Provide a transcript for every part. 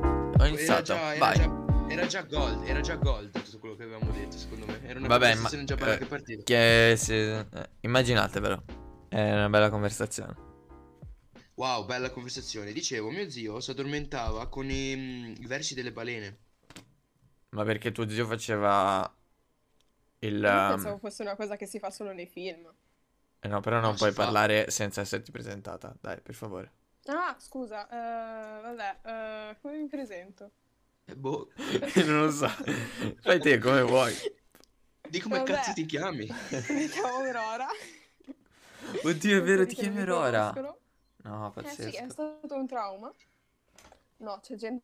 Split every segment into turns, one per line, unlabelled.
era
stronzata.
già, era
Vai.
già- era già gold, era già gold tutto quello che avevamo detto, secondo me. Era una
Vabbè, ma
conversazione già bella
eh,
che partiva.
che se- eh, immaginatevelo. È una bella conversazione.
Wow, bella conversazione. Dicevo, mio zio si addormentava con i, mm, i versi delle balene.
Ma perché tuo zio faceva il
Io
ehm,
pensavo fosse una cosa che si fa solo nei film.
eh no, però non
No,
puoi
si fa.
parlare senza esserti presentata. Dai, per favore.
Ah, scusa, eh, vabbè, eh, come mi presento?
Eh, boh.
non lo so. Fai te come vuoi.
Di come
Vabbè.
cazzo ti chiami?
Mi chiamo Aurora.
Oddio, è
Per
vero,
quelli
ti
che non
chiami
mi
Aurora.
conoscono.
No,
Eh sì, è
pazzesco.
stato un trauma. No, c'è gente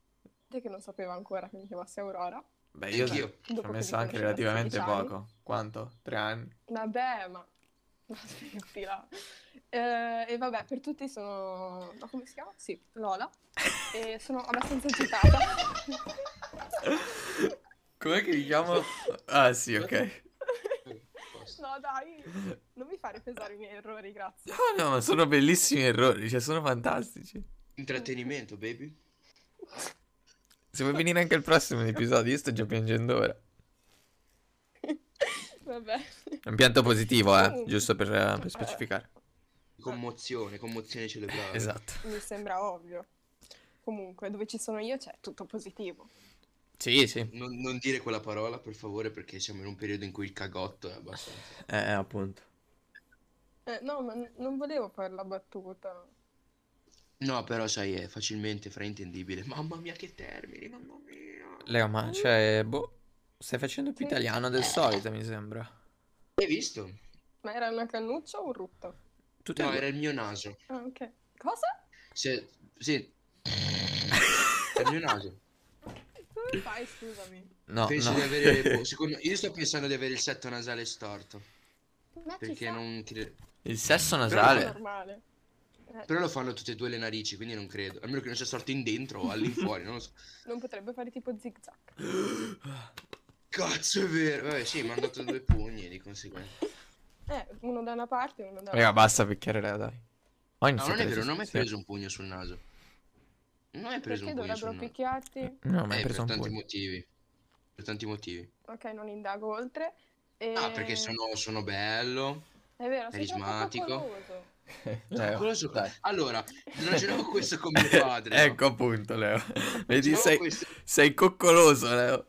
che non sapeva ancora che mi chiamassi Aurora.
Beh, Eh, io
Anch'io.
ci ho
Dopo che
messo
mi
anche
conoscevo a
relativamente
16 anni.
poco. Quanto? Tre anni?
Vabbè, ma... ma smetti là. Eh, e vabbè, per tutti sono... Ma come si chiama? Sì, Lola. E sono abbastanza agitata.
Com'è che li chiamo? Ah, sì, ok.
No, dai, non mi fare pesare i miei errori, grazie.
No, no, ma sono bellissimi errori, cioè sono fantastici.
Intrattenimento, baby.
Se vuoi venire anche al prossimo episodio, io sto già piangendo ora.
Vabbè.
È un pianto positivo, eh,
Comunque.
giusto per, eh, per specificare.
Commozione, commozione celebrale.
Esatto.
Eh, Mi sembra ovvio. Comunque, dove ci sono io c'è tutto positivo.
Sì, sì,
Non, non dire quella parola, per favore, perché siamo in un periodo in cui il cagotto è abbastanza.
eh, appunto.
Eh, no, ma n- non volevo fare la battuta.
No, però, sai, è facilmente fraintendibile. Mamma mia, che termini, mamma mia.
Leo, ma cioè, boh, stai facendo più
Sì.
italiano del solito, mi sembra.
Hai visto?
Ma era una cannuccia o un rutto?
Tutte e
No,
due.
era il mio naso.
Ah, ok. Cosa?
Se, sì. Era il mio naso.
Come fai, scusami?
No,
Penso
no.
di avere. boh, secondo- io sto pensando di avere il setto nasale storto.
Ma Ah, ci
Perché
sta.
non credo.
Il sesso
È
nasale.
normale. Eh,
Però lo fanno tutte e due le narici, quindi non credo. A meno che non sia storto in dentro o all'infuori, non lo so.
non potrebbe fare tipo zig zag.
Cazzo, è vero. Vabbè, sì, mi hanno dato due pugni di conseguenza.
Eh, uno da una parte e uno da
Raga, basta picchiare Leo, dai. Ho
No, non
iniziato
è vero,
a
non ho mai
resistere.
preso un pugno sul naso. Non hai preso
Perché
un pugno sul
dovrebbero
naso.
picchiarti?
No, ma hai
Eh,
preso
per
un
tanti
pugno.
motivi. Per tanti motivi.
Ok, non indago oltre. E...
Ah, perché sono, sono bello.
È vero, sei troppo
carismatico.
coccoloso.
Eh, Leo,
Calcoloso-
dai.
Allora, ragionavo questo con mio padre. no?
Ecco appunto, Leo. Vedi,
Ragionavo
sei,
questo-
sei coccoloso, Leo.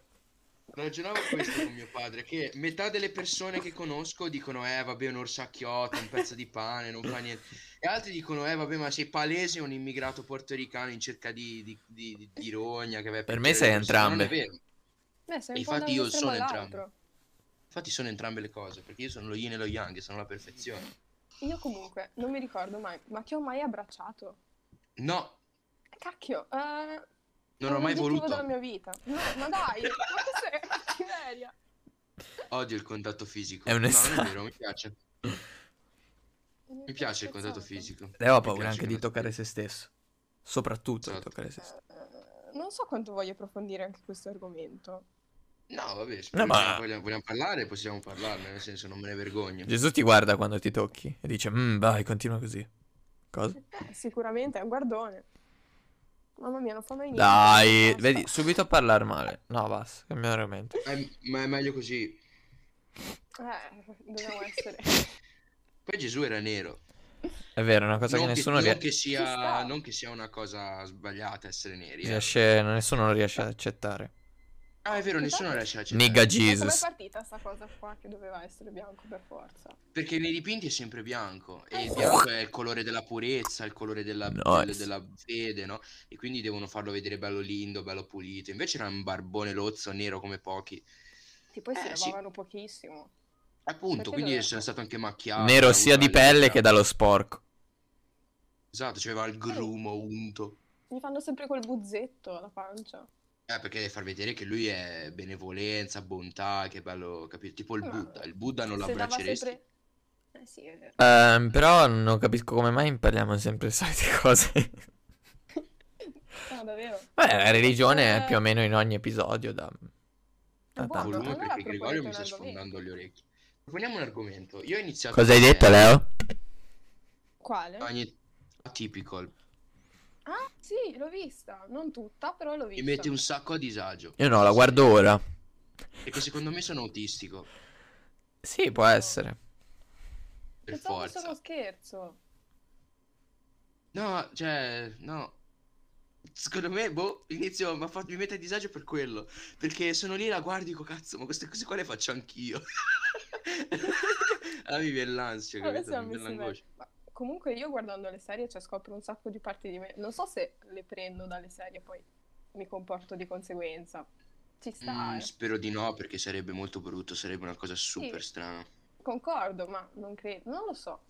Ragionavo questo con mio padre, che metà delle persone che conosco dicono eh vabbè un orsacchiotto, un pezzo di pane, non fa niente. E altri dicono eh vabbè ma sei palese un immigrato portoricano in cerca di, di, di, di- di rogna che va a
Per
picchiare
me
le
sei
persone". Ma non è
entrambe.
vero.
Beh, Eh, sei un po'
Infatti
da un
io
estremo
sono
all'altro.
Infatti sono entrambe le cose, perché io sono lo yin e lo yang, sono la perfezione.
Io comunque non mi ricordo mai, ma ti ho mai abbracciato?
No,
Eh, Cacchio, eh, è
non ho
un
mai
obiettivo
voluto.
Ah, della mia vita. No, ma dai, ma cos'è? Cattiveria.
Odio il contatto fisico.
È un
No, non
esame.
è vero, mi piace. Mi
Esatto.
piace il contatto fisico.
Leo ha
Mi
paura
piace
anche
il
di
contatto
toccare se stesso. Soprattutto di
Esatto.
toccare se stesso.
Eh, non so quanto voglio approfondire anche questo argomento.
No, vabbè, se
No, ma-
vogliamo, vogliamo parlare, possiamo parlarne, nel senso non me ne vergogno.
Gesù ti guarda quando ti tocchi e dice, "Mm, vai, continua così. Cosa?
Eh, sicuramente è un guardone. Mamma mia, non fa mai niente.
Dai,
basta.
vedi, subito a parlare male. No, basta, cambia argomento.
Eh, ma è meglio così.
Eh, dobbiamo essere.
Poi Gesù era nero.
È vero, è una cosa che
non,
nessuno
non
riesce...
che
Ci
sia,
sta.
non che sia una cosa sbagliata essere neri. eh.
riesce- nessuno lo riesce ad accettare.
Ah, è
Esatto.
vero, nessuno riesce a accettare.
Nigga
Ma com'è
Jesus.
partita sta cosa qua che doveva essere bianco per forza?
Perché nei dipinti è sempre bianco. E il
Eh.
bianco è il colore della purezza, il colore della,
Nice.
del- della fede, no? E quindi devono farlo vedere bello lindo, bello pulito. Invece era un barbone lozzo, nero come pochi.
Tipo, poi si
Eh, sì.
lavavano pochissimo.
Appunto,
Perché
quindi
doveva-
sono stato anche macchiato.
Nero
ha
sia
avuto
di
la
pelle
lettera.
che dallo sporco.
Esatto, c'aveva il grumo unto.
Mi fanno sempre quel buzzetto alla pancia.
Eh, perché deve far vedere che lui è benevolenza, bontà, che bello, capito? Tipo il
Ma-
Buddha, il
Eh,
Buddha non lo
Se dava
abbracceresti.
sempre... Eh sì, è vero.
Ehm, però non capisco come mai parliamo sempre di solite cose.
No, davvero.
Beh, Eh. la religione è più o meno in ogni episodio da... da
Eh. Buono.
tanto.
Volume
Allora
perché
proponete
Gregorio
un
mi sta
argomento.
sfondando le orecchie. Proponiamo un argomento. Io ho iniziato
Cosa hai
con,
detto,
eh,
Leo?
Quale?
Ogni atypical.
Ah, sì, l'ho vista. Non tutta, però l'ho
Mi
vista.
mette un sacco a disagio.
Io no, la guardo ora.
Perché secondo me sono autistico.
Sì, può essere.
Per
Pensavo fosse
forza.
uno scherzo.
No, cioè, no. Secondo me, boh, inizio, m'ha fatto- mi mette a disagio per quello. Perché sono lì e la guardo e dico, cazzo, ma queste cose qua le faccio anch'io. Allora mi viene l'ansia, cioè, capito?
Adesso non
Mi
mi
viene
si
l'angoscia.
vede. Ma comunque io guardando le serie, cioè, scopro un sacco di parti di me. Non so se le prendo dalle serie e poi mi comporto di conseguenza. Ci sta,
Mm,
eh.
spero di no, perché sarebbe molto brutto, sarebbe una cosa super
Sì.
strana.
Concordo, ma non credo. Non lo so.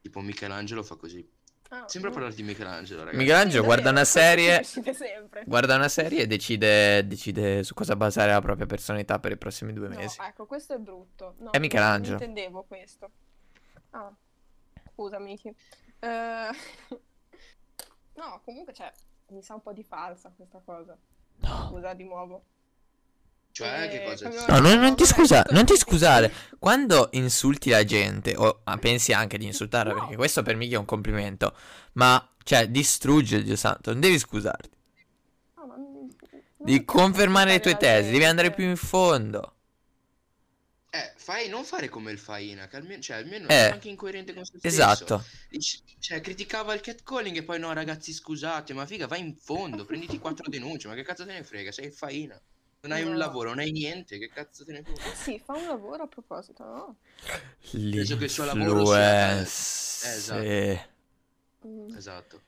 Tipo Michelangelo fa così.
Ah,
Sembra
no.
parlare di Michelangelo, ragazzi.
Michelangelo
Sì,
guarda
davvero,
una serie.
uscite sempre.
Guarda una serie e decide, decide su cosa basare la propria personalità per i prossimi due
No,
mesi.
ecco, questo è brutto. No,
È Michelangelo.
Non intendevo questo. Ah, scusami. Chi. Eh, no, comunque, cioè, mi sa un po' di falsa questa cosa.
No.
Scusa di nuovo.
Cioè, che
Eh,
cosa?
proprio-
No, non, non ti
Vabbè,
scusa,
questo-
non ti scusare. Quando insulti la gente, o ah, pensi anche di insultarla,
No.
perché questo per me è un complimento, ma cioè distrugge Dio santo, non devi scusarti.
No, ma non- non mi eh,
Devi
piace
confermare le tue
ascoltare la
tesi, devi
gente.
andare più in fondo.
Eh, fai, non fare come il Faina, che almeno, cioè, almeno
Eh.
è anche incoerente con se stesso.
Esatto.
Dici- Cioè, criticava il catcalling e poi no, ragazzi, scusate, ma figa, vai in fondo, prenditi quattro denunce, ma che cazzo te ne frega, sei in faina. Non hai un
No.
lavoro, non hai niente, che cazzo te ne frega.
Eh sì, fa un lavoro a proposito, no?
Penso che il suo lavoro sia-
L'influencer.
eh, esatto.
Mm.
Esatto.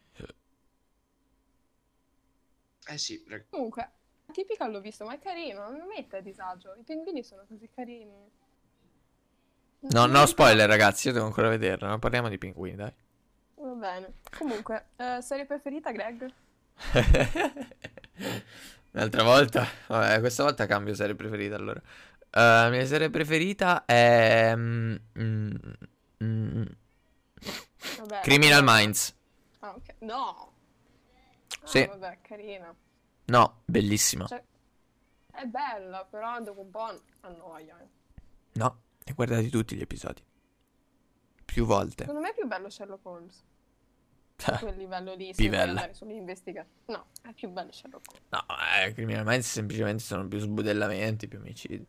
Eh sì, rag-
Comunque, la tipica l'ho visto, ma è carino, non mi mette a disagio. I pinguini sono così carini. Mm,
No,
Non
no
mi-
spoiler ragazzi, io devo ancora vederlo, non parliamo di pinguini, dai.
Va bene. Comunque, eh, serie preferita, Greg?
Un'altra volta? Vabbè, questa volta cambio serie preferita allora. Eh, la mia serie preferita è... mm, mm, mm,
Vabbè.
Criminal Minds.
Ah, ok. No! Ah,
Sì.
vabbè, carina.
No, bellissima.
Cioè, è bella, però dopo un po' annoia. eh.
No, ne guardati tutti gli episodi. Più volte.
Secondo me è più bello Sherlock Holmes.
Eh,
Quel livello lì, se
Pivella.
vuoi andare sull'investigazione. No, è più bello Sherlock Holmes.
No, eh, Criminal Minds semplicemente sono più sbudellamenti, più omicidi.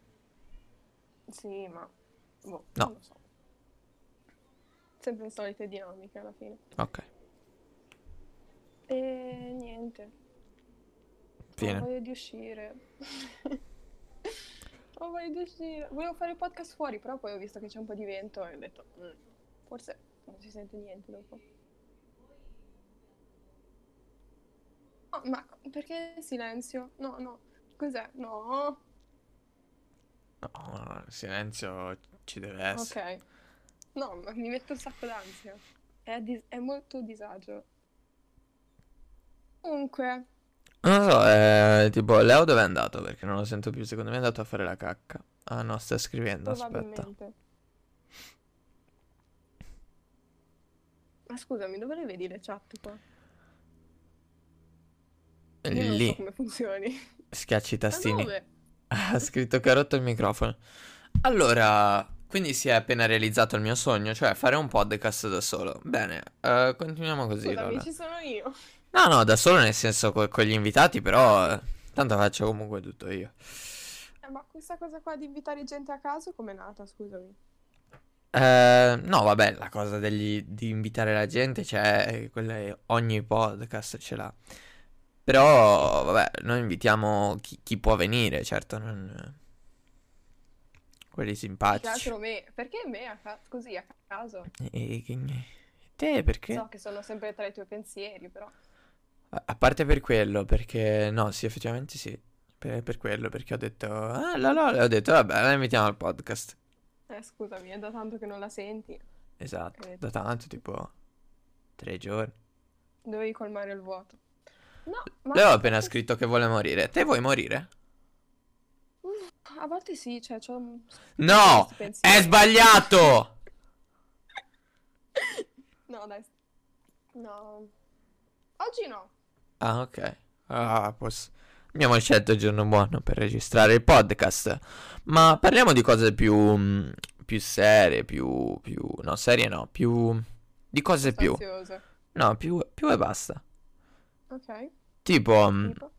Sì, ma... Boh,
No.
non lo so. Sempre le solite dinamiche alla fine.
Ok,
E niente. Ho
fine.
voglia di uscire. Ho voglia di uscire. Volevo fare il podcast fuori, però poi ho visto che c'è un po' di vento e ho detto, "Mm, forse non si sente niente dopo. Oh, ma perché silenzio? No, no. Cos'è? No.
No, no, il silenzio ci deve essere.
Ok. No, ma mi mette un sacco d'ansia. È, a dis- è molto disagio. Comunque,
Non lo so, eh, tipo, Leo dove è andato? Perché non lo sento più, secondo me è andato a fare la cacca. Ah no, sta scrivendo, aspetta.
probabilmente. Ma scusami, dove le vedi le chat qua? Io non so
Eh, Lì,
come funzioni.
schiacci i
Ma
tastini.
dove?
Ha scritto carotto il microfono. Allora, quindi si è appena realizzato il mio sogno, cioè fare un podcast da solo. Bene, eh, continuiamo così
Scusami,
allora.
ci sono io.
No, no, da solo nel senso co- con gli invitati, però eh, tanto faccio comunque tutto io.
Eh, ma questa cosa qua di invitare gente a caso com'è nata, scusami?
Eh, no, vabbè, la cosa degli- di invitare la gente c'è, quella è- ogni podcast ce l'ha. Però, vabbè, noi invitiamo chi, chi può venire, certo, non... quelli
Più che
simpatici.
altro me. Perché me a ca- così a caso?
E, che- te perché?
So che sono sempre tra i tuoi pensieri, però.
A a parte per quello, perché no, sì, effettivamente sì. Per, per quello, perché ho detto, ah, la Lola", ho detto, vabbè, la invitiamo al podcast.
Eh, scusami, è da tanto che non la senti.
Esatto,
Eh.
da tanto, tipo, tre giorni.
Dovevi colmare il vuoto. No, ma
Lei ho appena scritto che vuole morire. Te vuoi morire?
a volte sì, cioè, c'ho un-
No,
questi
è
pensieri.
sbagliato!
No, dai. No. Oggi no.
Ah, ok. Ah, posso- Abbiamo scelto il giorno buono per registrare il podcast. Ma parliamo di cose più, mm, più serie, più, più... No, serie no, più... Di cose più.
Sostanziosa.
No, più, più e basta.
ok.
Tipo, mm, mh,
tipo.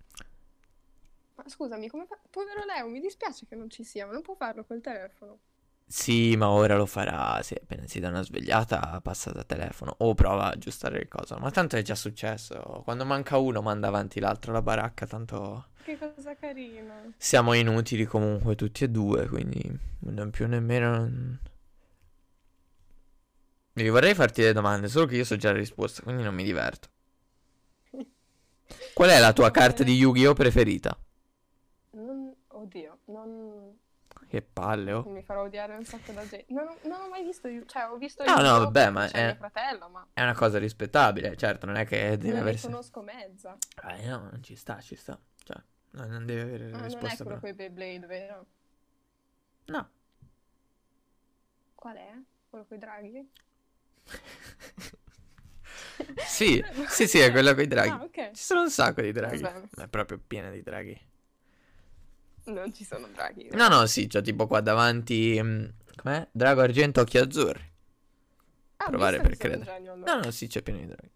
Ma scusami, come fa? Povero Leo, mi dispiace che non ci sia, ma non può farlo col telefono.
sì, ma ora lo farà. Se appena si dà una svegliata, passa da telefono o prova a aggiustare il coso. Ma tanto è già successo. Quando manca uno, manda avanti l'altro la baracca. Tanto
Che cosa carina.
siamo inutili comunque tutti e due. Quindi, non più nemmeno. Io vorrei farti le domande, solo che io so già la risposta, quindi non mi diverto. Qual è la tua carta di Yu-Gi-Oh preferita?
Non... Oddio, non...
Che palle, oh.
mi farò odiare un sacco da gente. Non, non ho mai visto... Yu- Cioè, ho visto...
Ah, No,
Yu-Gi-Oh!
no, vabbè,
perché
ma
c'è
è-
mio fratello, ma
È una cosa rispettabile, certo, non è che deve
non ne
avere...
conosco mezza.
Eh no, non ci sta, ci sta. Cioè, no, non deve avere
Ah, non è
risposta però.
quello con i Beyblade, vero?
No.
Qual è? Quello con i draghi?
Sì, sì, sì, è quello con i draghi.
Ah, ok.
Ci sono un sacco di draghi.
Vabbè.
Ma è proprio piena di draghi.
Non ci sono draghi.
No, no, sì, c'ho tipo qua davanti... mm, Com'è? Drago argento occhi azzurri.
Ah,
provare
visto
per
che sono
credere.
draghi, allora.
No, no, sì, c'è pieno di draghi.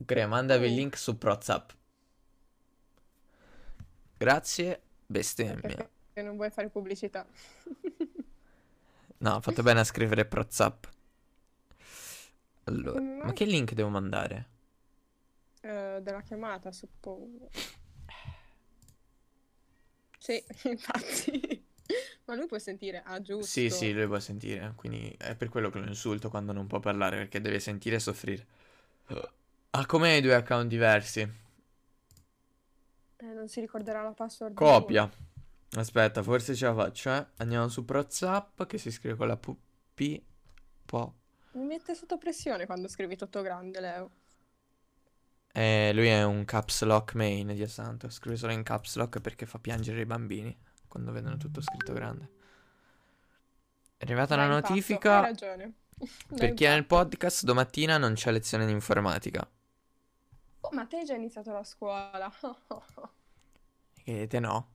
Ok, mandami il
Oh.
link su WhatsApp. Grazie, bestemmia.
Perché non vuoi fare pubblicità.
No, ho fatto bene a scrivere WhatsApp. Allora,
Come
ma
mai?
che link devo mandare?
Eh, della chiamata, suppongo. Sì, infatti. Ma lui può sentire, ah, giusto.
Sì, sì, lui può sentire, quindi è per quello che lo insulto quando non può parlare, perché deve sentire e soffrire. Ah, come due account diversi?
Eh, non si ricorderà la password. di
Copia. Aspetta, forse ce la faccio, eh. Andiamo su WhatsApp che si scrive con la P. P- po.
uno. Mi mette sotto pressione quando scrivi tutto grande, Leo.
Eh, lui è un caps lock main, Dio santo. Scrive solo in caps lock perché fa piangere i bambini quando vedono tutto scritto grande. È arrivata
Dai,
una
impatto,
notifica.
Hai ragione. Dai,
Per chi è nel podcast, domattina non c'è lezione di informatica.
impatto. Oh, ma te hai già iniziato la scuola.
E te no.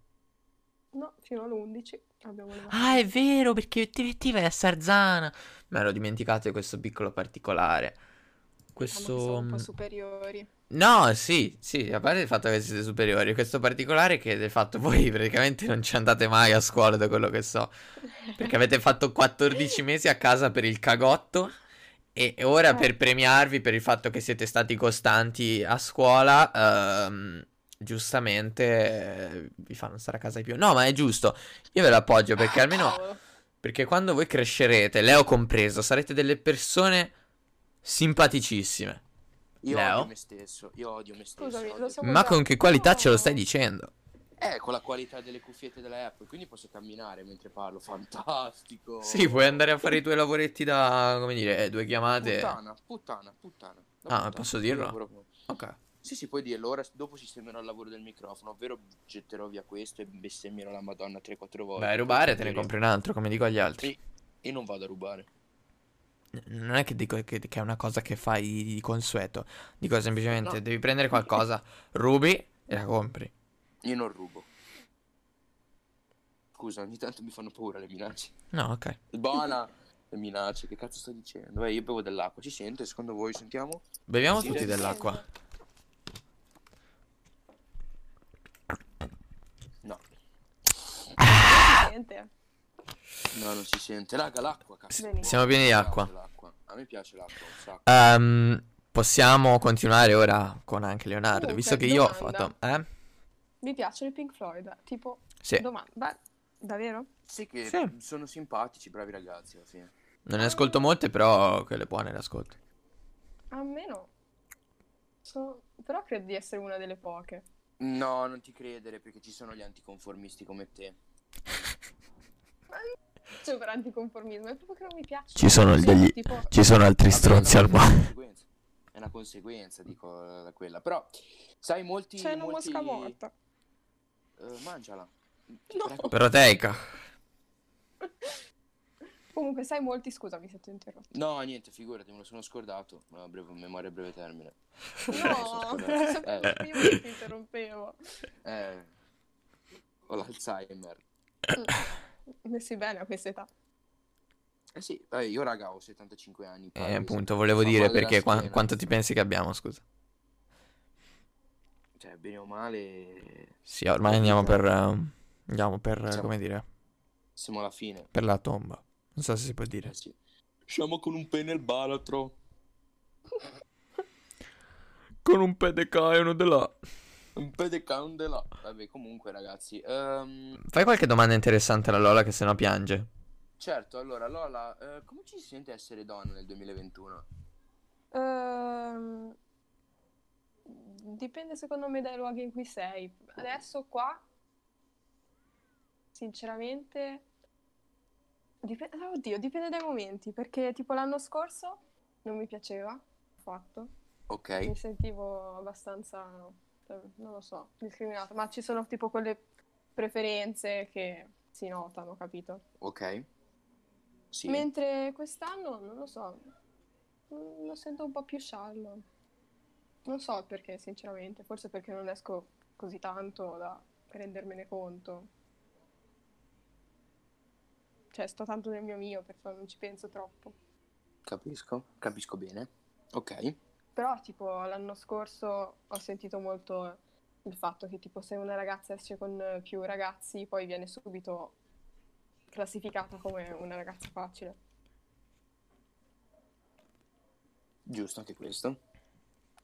No, fino all'11 abbiamo le
Ah, è vero, perché l'obiettiva è a Sarzana. Mi ero dimenticato di questo piccolo particolare.
Ma sono
Questo... mm,
un po' superiori.
No, sì, sì, a parte il fatto che siete superiori, questo particolare che del fatto voi praticamente non ci andate mai a scuola, da quello che so. Perché avete fatto 14 mesi a casa per il cagotto e e ora
Eh.
per premiarvi per il fatto che siete stati costanti a scuola, ehm, giustamente eh, vi fanno stare a casa di più. No, ma è giusto, io ve lo appoggio perché almeno,
Ah, Cavolo.
perché quando voi crescerete, Leo compreso, sarete delle persone simpaticissime.
Io
Leo?
odio me stesso, io odio me stesso.
Scusami,
odio
lo
me
siamo-
Ma con che qualità ce lo stai
No.
dicendo?
Eh, con la qualità delle cuffiette della Apple, quindi posso camminare mentre parlo, fantastico.
Sì, puoi andare a fare i tuoi lavoretti da, come dire, eh, due chiamate.
Puttana, puttana, puttana. La
Ah,
puttana,
posso
io
dirlo?
lavoro-
Ok.
Sì, sì, puoi dirlo, ora dopo sistemerò il lavoro del microfono, ovvero getterò via questo e bestemmierò la Madonna 3-4 volte.
Vai a rubare, te ne compri un altro, come dico agli altri.
Sì. E non vado a rubare.
N- Non è che dico che, che è una cosa che fai di consueto. Dico semplicemente,
No.
devi prendere qualcosa, rubi e la compri.
Io non rubo. Scusa, ogni tanto mi fanno paura le minacce.
No, ok.
Buona! Le minacce, che cazzo sto dicendo? Eh, io bevo dell'acqua, ci sente? Secondo voi sentiamo?
Beviamo
Sì,
tutti
sì.
dell'acqua.
No,
Niente.
no, non si sente. Raga, l'acqua, cazzo.
Benissimo.
Siamo pieni di
Mi
acqua.
piace l'acqua. A me piace l'acqua un sacco.
Ehm, possiamo continuare ora con anche Leonardo,
Comunque,
visto che io ho
domanda.
fatto... Eh?
Mi piacciono i Pink Floyd, tipo
Sì.
domanda. Davvero?
Sì che
Sì.
sono simpatici, bravi ragazzi alla fine.
Non ne ascolto molte, però quelle buone le ascolto.
A me no. So- Però credo di essere una delle poche.
No, non ti credere perché ci sono gli anticonformisti come te.
Cioè, per anticonformismo, è proprio che non mi piace.
Ci sono degli-
Tipo,
Ci sono altri
Vabbè, no, è una conseguenza. È una conseguenza, dico eh, quella. Però, sai, molti.
c'è una
molti-
mosca morta.
eh, mangiala.
No.
Raga,
Proteica.
Comunque, sai molti, scusami se ti ho interrotto.
No, niente, figurati, me lo sono scordato. Una breve memoria a breve termine. Me lo Eh, sono
No,
scordato.
sapevo
Eh,
prima che ti interrompevo.
eh, ho l'Alzheimer.
Messi bene a questa età.
Eh sì, eh, io raga ho 75 anni.
Eh,
pare,
appunto, volevo
Fa
dire
male la
perché qua-
schiena.
quanto ti pensi che abbiamo, scusa.
Cioè, bene o male,
Sì, ormai andiamo per. ehm, Andiamo per, eh,
Siamo-
come dire,
siamo alla fine.
per la tomba. Non so se si può dire.
Eh sì. Usciamo con un pene al baratro.
Con un pedecaiono de là.
Un pene candela. Vabbè, comunque, ragazzi. ehm,
Fai qualche domanda interessante alla Lola che sennò piange.
certo, allora, Lola, eh, come ci si sente essere donna nel 2021?
Ehm, dipende secondo me dai luoghi in cui sei. Adesso qua, sinceramente, dipende, ah, oddio, dipende dai momenti, perché tipo l'anno scorso non mi piaceva affatto,
Ok.
mi sentivo abbastanza, eh, non lo so, discriminata, ma ci sono tipo quelle preferenze che si notano, capito?
Ok. Sì.
Mentre quest'anno, non lo so, mm, lo sento un po' più sciallo. Non so perché, sinceramente, forse perché non esco così tanto da rendermene conto. Cioè, sto tanto nel mio mio, per cui non ci penso troppo.
Capisco, capisco bene. Ok,
Però, tipo, l'anno scorso ho sentito molto il fatto che, tipo, se una ragazza esce con eh, più ragazzi, poi viene subito classificata come una ragazza facile.
giusto anche questo.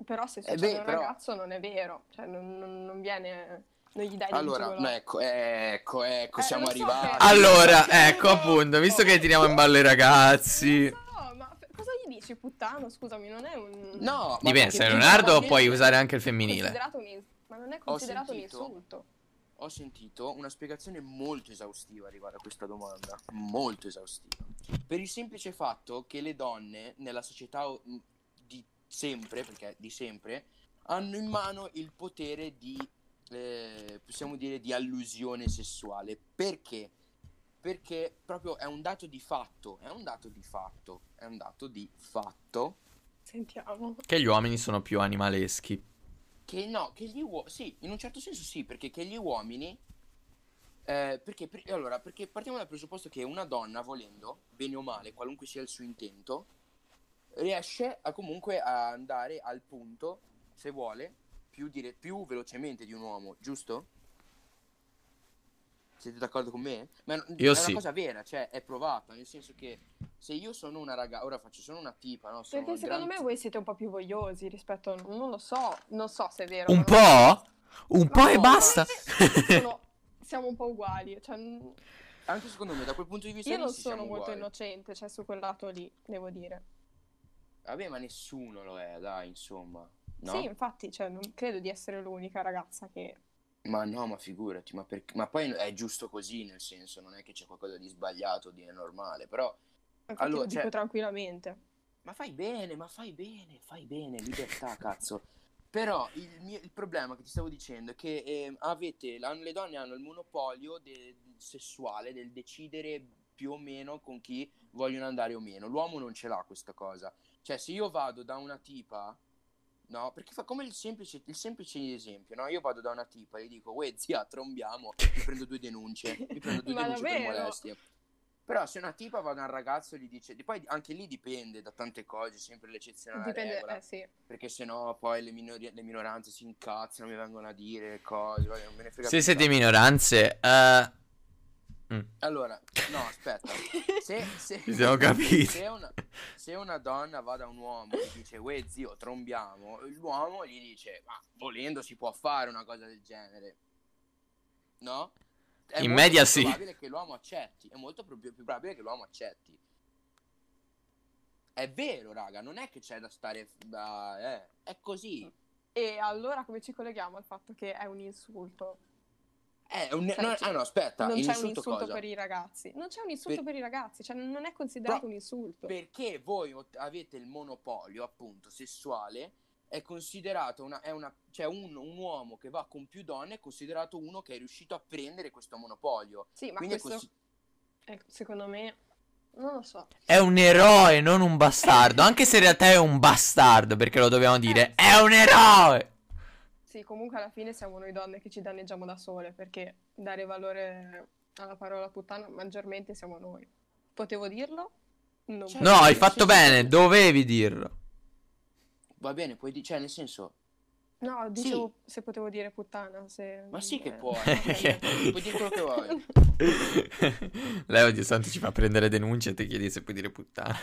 Però se
Eh beh,
succede a un
però-
ragazzo non è vero, cioè non, non- non viene, Eh, non gli dai del
Allora,
gigolò.
no, ecco, ecco, ecco,
Eh,
siamo
lo so
arrivati.
che-
Allora, ecco appunto, visto che tiriamo in ballo i ragazzi.
Non so, ma f- cosa gli dici, puttano? Scusami, non è un...
No, ma
Dipende,
perché
se è
io-
Leonardo
Io-
puoi usare anche il femminile.
considerato un ins- ma non è considerato un
sentito.
insulto.
Ho sentito una spiegazione molto esaustiva riguardo a questa domanda, molto esaustiva. Per il semplice fatto che le donne nella società o- di sempre, perché di sempre, hanno in mano il potere di, eh, possiamo dire, di allusione sessuale. Perché? Perché proprio è un dato di fatto, è un dato di fatto, è un dato di fatto
Sentiamo.
Che gli uomini sono più animaleschi.
Che no, che gli uomini. Sì, in un certo senso sì, perché che gli uomini. eh, perché, per- allora, perché partiamo dal presupposto che una donna, volendo, bene o male, qualunque sia il suo intento, riesce a comunque a andare al punto, se vuole, più, dire, più velocemente di un uomo, giusto? Siete d'accordo con me? Ma è-
Io
è
sì.
una cosa vera, cioè è provata, nel senso che se io sono una raga, ora faccio, sono una tipa, no? Sono un
Perché secondo
gran-
me voi siete un po' più vogliosi rispetto a... Non lo so, non so se è vero.
Un
ma-
po'? Un
Ma
po'
no,
e
ma-
basta.
sono- Siamo un po' uguali, cioè, n-
Anche secondo me, da quel punto di vista
io
lì
non
sì,
sono
siamo
molto
uguali.
innocente, cioè su quel lato lì, devo dire.
Vabbè, ma nessuno lo è, dai, insomma. No?
Sì, infatti, cioè, non credo di essere l'unica ragazza che...
Ma no, ma figurati, ma, perché- ma poi è giusto così, nel senso, non è che c'è qualcosa di sbagliato, di normale, però...
Infatti
Allora,
lo dico
cioè-
tranquillamente.
Ma fai bene, ma fai bene, fai bene, libertà, cazzo. Però il, mio- il problema che ti stavo dicendo è che ehm, avete, la- le donne hanno il monopolio de- sessuale del decidere più o meno con chi vogliono andare o meno. L'uomo non ce l'ha questa cosa. Cioè, se io vado da una tipa, no, perché fa come il semplice, il semplice esempio, no? Io vado da una tipa e gli dico, uè, zia, trombiamo, mi prendo due denunce, mi prendo due
Ma
denunce per
davvero?
molestie. Però se una tipa va da un ragazzo e gli dice, e poi anche lì dipende da tante cose, sempre l'eccezione alla
Dipende,
regola,
eh sì.
perché sennò poi le, minori- le minoranze si incazzano, mi vengono a dire le cose, vabbè, non me ne frega
Se
più
siete
tanto.
minoranze, eh, mm.
Allora, no, aspetta, se, se,
Ci siamo capiti.
se una, se una donna va da un uomo e dice, uè zio, trombiamo, l'uomo gli dice, ma volendo si può fare una cosa del genere, no? È
In
molto
media
più
sì.
probabile che l'uomo accetti, è molto pro- più probabile che l'uomo accetti. È vero, raga, non è che c'è da stare, da- eh, è così.
E allora come ci colleghiamo al fatto che è un insulto?
È un-
Cioè,
no,
cioè,
ah no, aspetta,
non c'è un
l'insulto
insulto
cosa?
per i ragazzi. Non c'è un insulto
Per-
per, i ragazzi, cioè non è considerato
Però-
un insulto.
perché voi ot- avete il monopolio appunto sessuale è considerato una, è una- cioè un, un uomo che va con più donne è considerato uno che è riuscito a prendere questo monopolio
Sì, ma
quindi è
questo
consi-
è- secondo me non lo so.
è un eroe, non un bastardo. Anche se in realtà è un bastardo, perché lo dobbiamo
Eh.
dire. È un eroe!
Sì, comunque alla fine siamo noi donne che ci danneggiamo da sole perché dare valore alla parola puttana maggiormente siamo noi. Potevo dirlo? Non
Cioè,
No,
potevo
hai
dirlo.
fatto bene, dovevi dirlo.
va bene puoi dire cioè nel senso
No, dicevo se potevo dire puttana, se...
Ma sì che
eh. Cioè.
puoi. Cioè, puoi dire quello che vuoi.
Lei ogni tanto ci fa prendere denunce e ti chiedi se puoi dire puttana.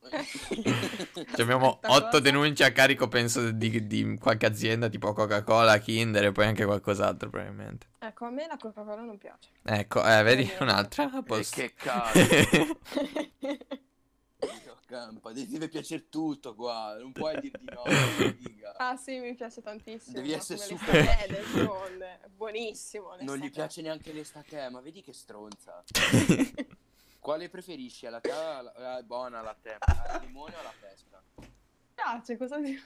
Cioè, abbiamo
Aspetta,
otto
cosa?
denunce a carico, penso, di, di qualche azienda tipo Coca-Cola, Kinder e poi anche qualcos'altro, probabilmente.
Ecco, a me la Coca-Cola non piace.
Ecco, eh, vedi,
Eh,
un'altra. a
Eh,
posto.
che cazzo.
Vabbè,
Dio, Campa, ti deve piacere tutto qua, non puoi dir di no, figa.
ah sì, mi piace tantissimo.
Devi
ma
essere
come le
super-
sarelle, con- Buonissimo. le
Non gli
sarelle.
piace neanche l'estate, ma vedi che stronza. Quale preferisci? Alla tè? alla- ah, è buona la tè, al limone o alla pesca?
Mi piace, cosa dire?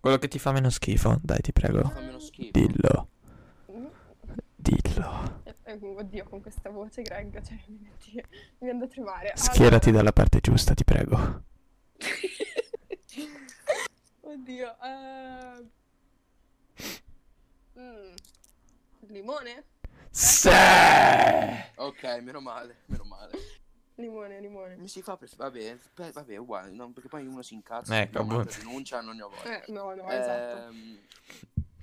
Quello che ti fa meno schifo, dai, ti prego.
Fa meno schifo.
Dillo,
Mm.
dillo.
Eh, eh, Oddio, con questa voce, Greg, cioè, mi metti- mi viene da tremare. Ah, Allora-
Schierati dalla parte giusta, ti prego.
Oddio. eh, mm, Limone?
Sì!
Ok, meno male, meno male.
Limone, limone.
Mi si fa pref- vabbè, pe- vabbè, uguale, no, perché poi uno si incazza,
Ecco,
no,
appunto.
denuncia, non ne ho voglia.
Eh, no, no, esatto.
Ehm,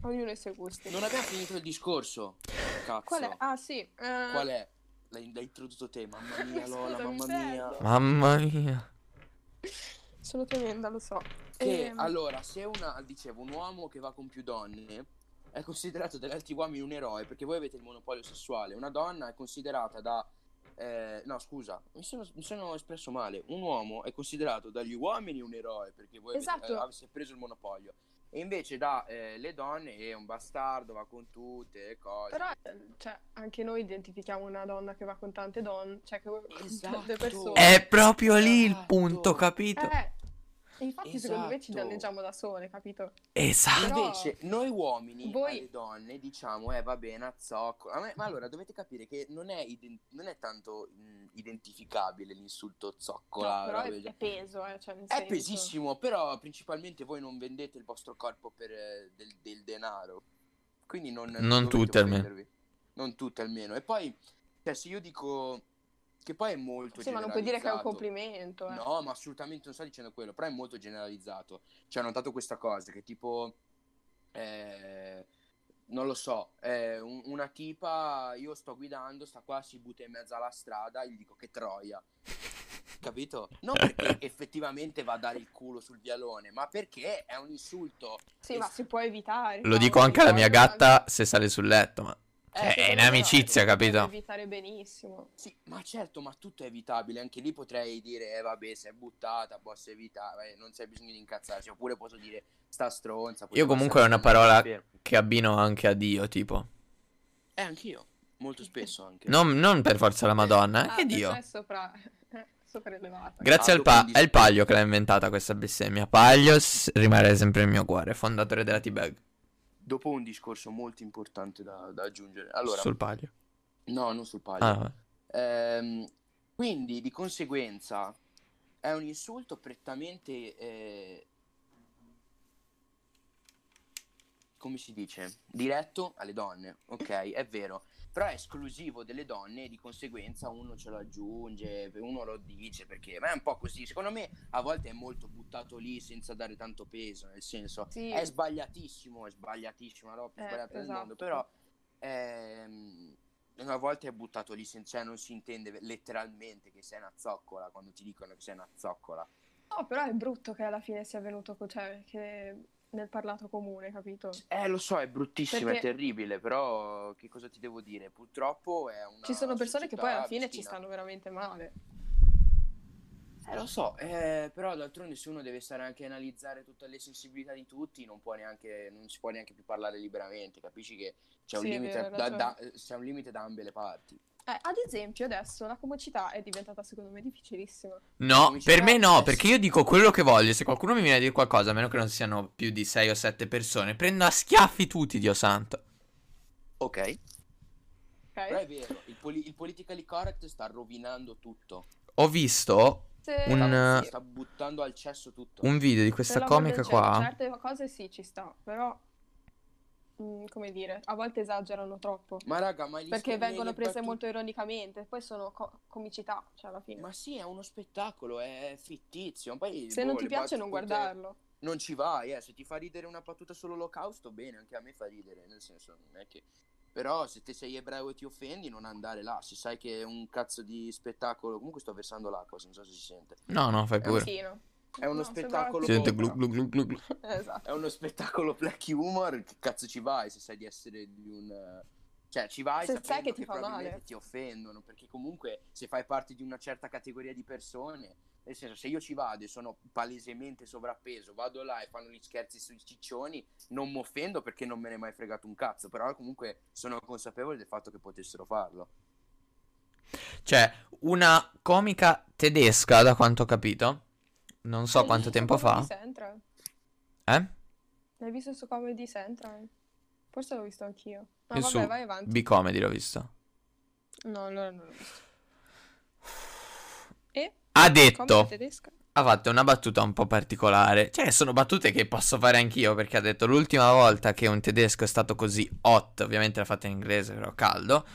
Ognuno ha i suoi gusti.
non abbiamo finito il discorso. Cazzo.
Qual è? Ah, sì. eh,
Qual è? L'hai, l'hai introdotto te, mamma mia Lola,
Scusa, mi
mamma
perdo.
mia.
Mamma
Oh,
mia.
Sono tremenda, lo so.
Che
Ehm,
allora, se una, dicevo, un uomo che va con più donne è considerato dagli altri uomini un eroe perché voi avete il monopolio sessuale. Una donna è considerata da. eh, no, scusa, mi sono, mi sono espresso male. Un uomo è considerato dagli uomini un eroe perché voi avete-
Esatto.
eh, avete preso il monopolio. E invece da eh, le donne è un bastardo, va con tutte le cose.
Però, eh, cioè, anche noi identifichiamo una donna che va con tante donne, cioè che va con
Esatto.
tante persone.
È proprio lì il
Esatto.
punto, capito?
Eh, infatti, secondo me ci
Esatto.
danneggiamo da sole, capito?
Esatto.
Però-
Invece, noi uomini
Voi-
alle donne diciamo, eh, va bene, a zocco. A me- ma allora dovete capire che non è, iden- non è tanto mh, identificabile l'insulto
No,
zoccola.
però
roba
è,
del
è
genere.
peso, eh, cioè, nel
È
senso-
pesissimo, però principalmente voi non vendete il vostro corpo per eh, del, del denaro. Quindi non,
Non tutte, almeno.
almeno. Non tutte almeno. E poi, cioè, se io dico che poi è molto
Sì, ma non puoi dire che è un
generalizzato.
complimento. Eh.
No, ma assolutamente non sto dicendo quello, però è molto generalizzato. Cioè, ho notato questa cosa, che tipo, eh, non lo so, eh, un- una tipa, io sto guidando, sta qua, si butta in mezzo alla strada, gli dico che troia. Capito? Non perché effettivamente va a dare il culo sul vialone, ma perché è un insulto.
Sì, ma si può evitare.
Lo
no?
dico
Si
anche alla
può
mia
evitare.
gatta se sale sul letto, ma...
Eh,
Cioè, è
secondo
in
me-
amicizia,
Si
capito?
può evitare benissimo.
Sì, ma certo, ma tutto è evitabile. Anche lì potrei dire, eh, vabbè, se è buttata, posso evitare, eh, non c'è bisogno di incazzarsi. Oppure posso dire, sta stronza.
Io
poteva
comunque è
stare
una
andando
parola
fermo.
che abbino anche a Dio, tipo.
Eh, anch'io. Molto spesso anche.
Non, non per forza la Madonna,
Ah,
anche
per
Dio.
me È sopra... eh, sopraelevata.
Grazie al
Aldo,
pa-
quindi-
è il Paglio che l'ha inventata questa bestemmia. Paglio s- rimane sempre nel mio cuore, fondatore della T-Bag.
Dopo un discorso molto importante da, da aggiungere. Allora,
Sul Paglio.
no, non sul palio.
Ah, vabbè.
Ehm, quindi, di conseguenza, è un insulto prettamente... eh, come si dice? Diretto alle donne, ok, è vero. Però è esclusivo delle donne e di conseguenza uno ce lo aggiunge, uno lo dice perché... Ma è un po' così. Secondo me a volte è molto buttato lì senza dare tanto peso, nel senso...
Sì.
È sbagliatissimo, è sbagliatissimo, la roba più
Eh,
sbagliata del
esatto.
mondo, però ehm, una volta è buttato lì, sen- cioè non si intende letteralmente che sei una zoccola quando ti dicono che sei una zoccola.
No, però è brutto che alla fine sia venuto co- cioè, che nel parlato comune, capito?
Eh, lo so, è bruttissimo,
Perché-
è terribile, però che cosa ti devo dire? Purtroppo è una
Ci sono persone che
società
poi alla fine ci
meschina.
stanno veramente male.
Eh, lo so, eh, però d'altronde se uno deve stare anche a analizzare tutte le sensibilità di tutti, non, può neanche, non si può neanche più parlare liberamente, capisci che c'è un,
Sì, è
limite,
vero, hai
da,
ragione.
da- c'è un limite da ambe le parti.
Eh, ad esempio, adesso la comicità è diventata secondo me difficilissima.
No,
Cominciamo
per me no,
adesso.
perché io dico quello che voglio. Se qualcuno mi viene a dire qualcosa, a meno che non siano più di 6 o 7 persone, prendo a schiaffi tutti, Dio santo.
Ok. Però è
Ok?
vero, il, poli- il politically correct sta rovinando tutto.
Ho visto
Se-
Un-
sì,
Sta buttando al cesso tutto.
un video di
per
questa
l'amor del
comica
cielo,
qua.
Certe cose sì ci sta, però mm, come dire, a volte esagerano troppo.
Ma raga, ma gli
perché
schermi-
vengono
le
prese
battute-
molto ironicamente, poi sono co- comicità, cioè alla fine.
Ma sì, è uno spettacolo, è fittizio. Poi,
Se
boh,
non ti
le
piace non
battute-
guardarlo.
non ci vai, eh. Se ti fa ridere una battuta sull'olocausto, bene, anche a me fa ridere, nel senso, non è che... Però se te sei ebreo e ti offendi, non andare là. Se sai che è un cazzo di spettacolo... Comunque sto versando l'acqua, non so se si sente.
No, no, fai pure.
Sì, no.
È uno
No,
spettacolo... boh.
Si sente
opera.
glu glu glu glu glu.
sembra- Esatto.
È uno spettacolo black humor, che cazzo ci vai se sai di essere di un... Cioè, ci vai
Se
sapendo
sai che ti fa
probabilmente
male.
ti offendono, perché comunque se fai parte di una certa categoria di persone, nel senso, se io ci vado e sono palesemente sovrappeso, vado là e fanno gli scherzi sui ciccioni, non mi offendo perché non me ne è mai fregato un cazzo, però comunque sono consapevole del fatto che potessero farlo.
Cioè, una comica tedesca, da quanto ho capito. Non so
Hai
quanto
visto
tempo
Comedy
fa.
Central?
Eh?
L'hai visto su Comedy Central? Forse l'ho visto anch'io. No,
Io
vabbè,
su
vai avanti.
B-Comedy l'ho visto.
No, allora non l'ho visto. E?
Ha
Comedy
detto.
tedesca?
ha fatto una battuta un po' particolare. Cioè, sono battute che posso fare anch'io perché ha detto l'ultima volta che un tedesco è stato così hot, ovviamente l'ha fatta in inglese, però caldo.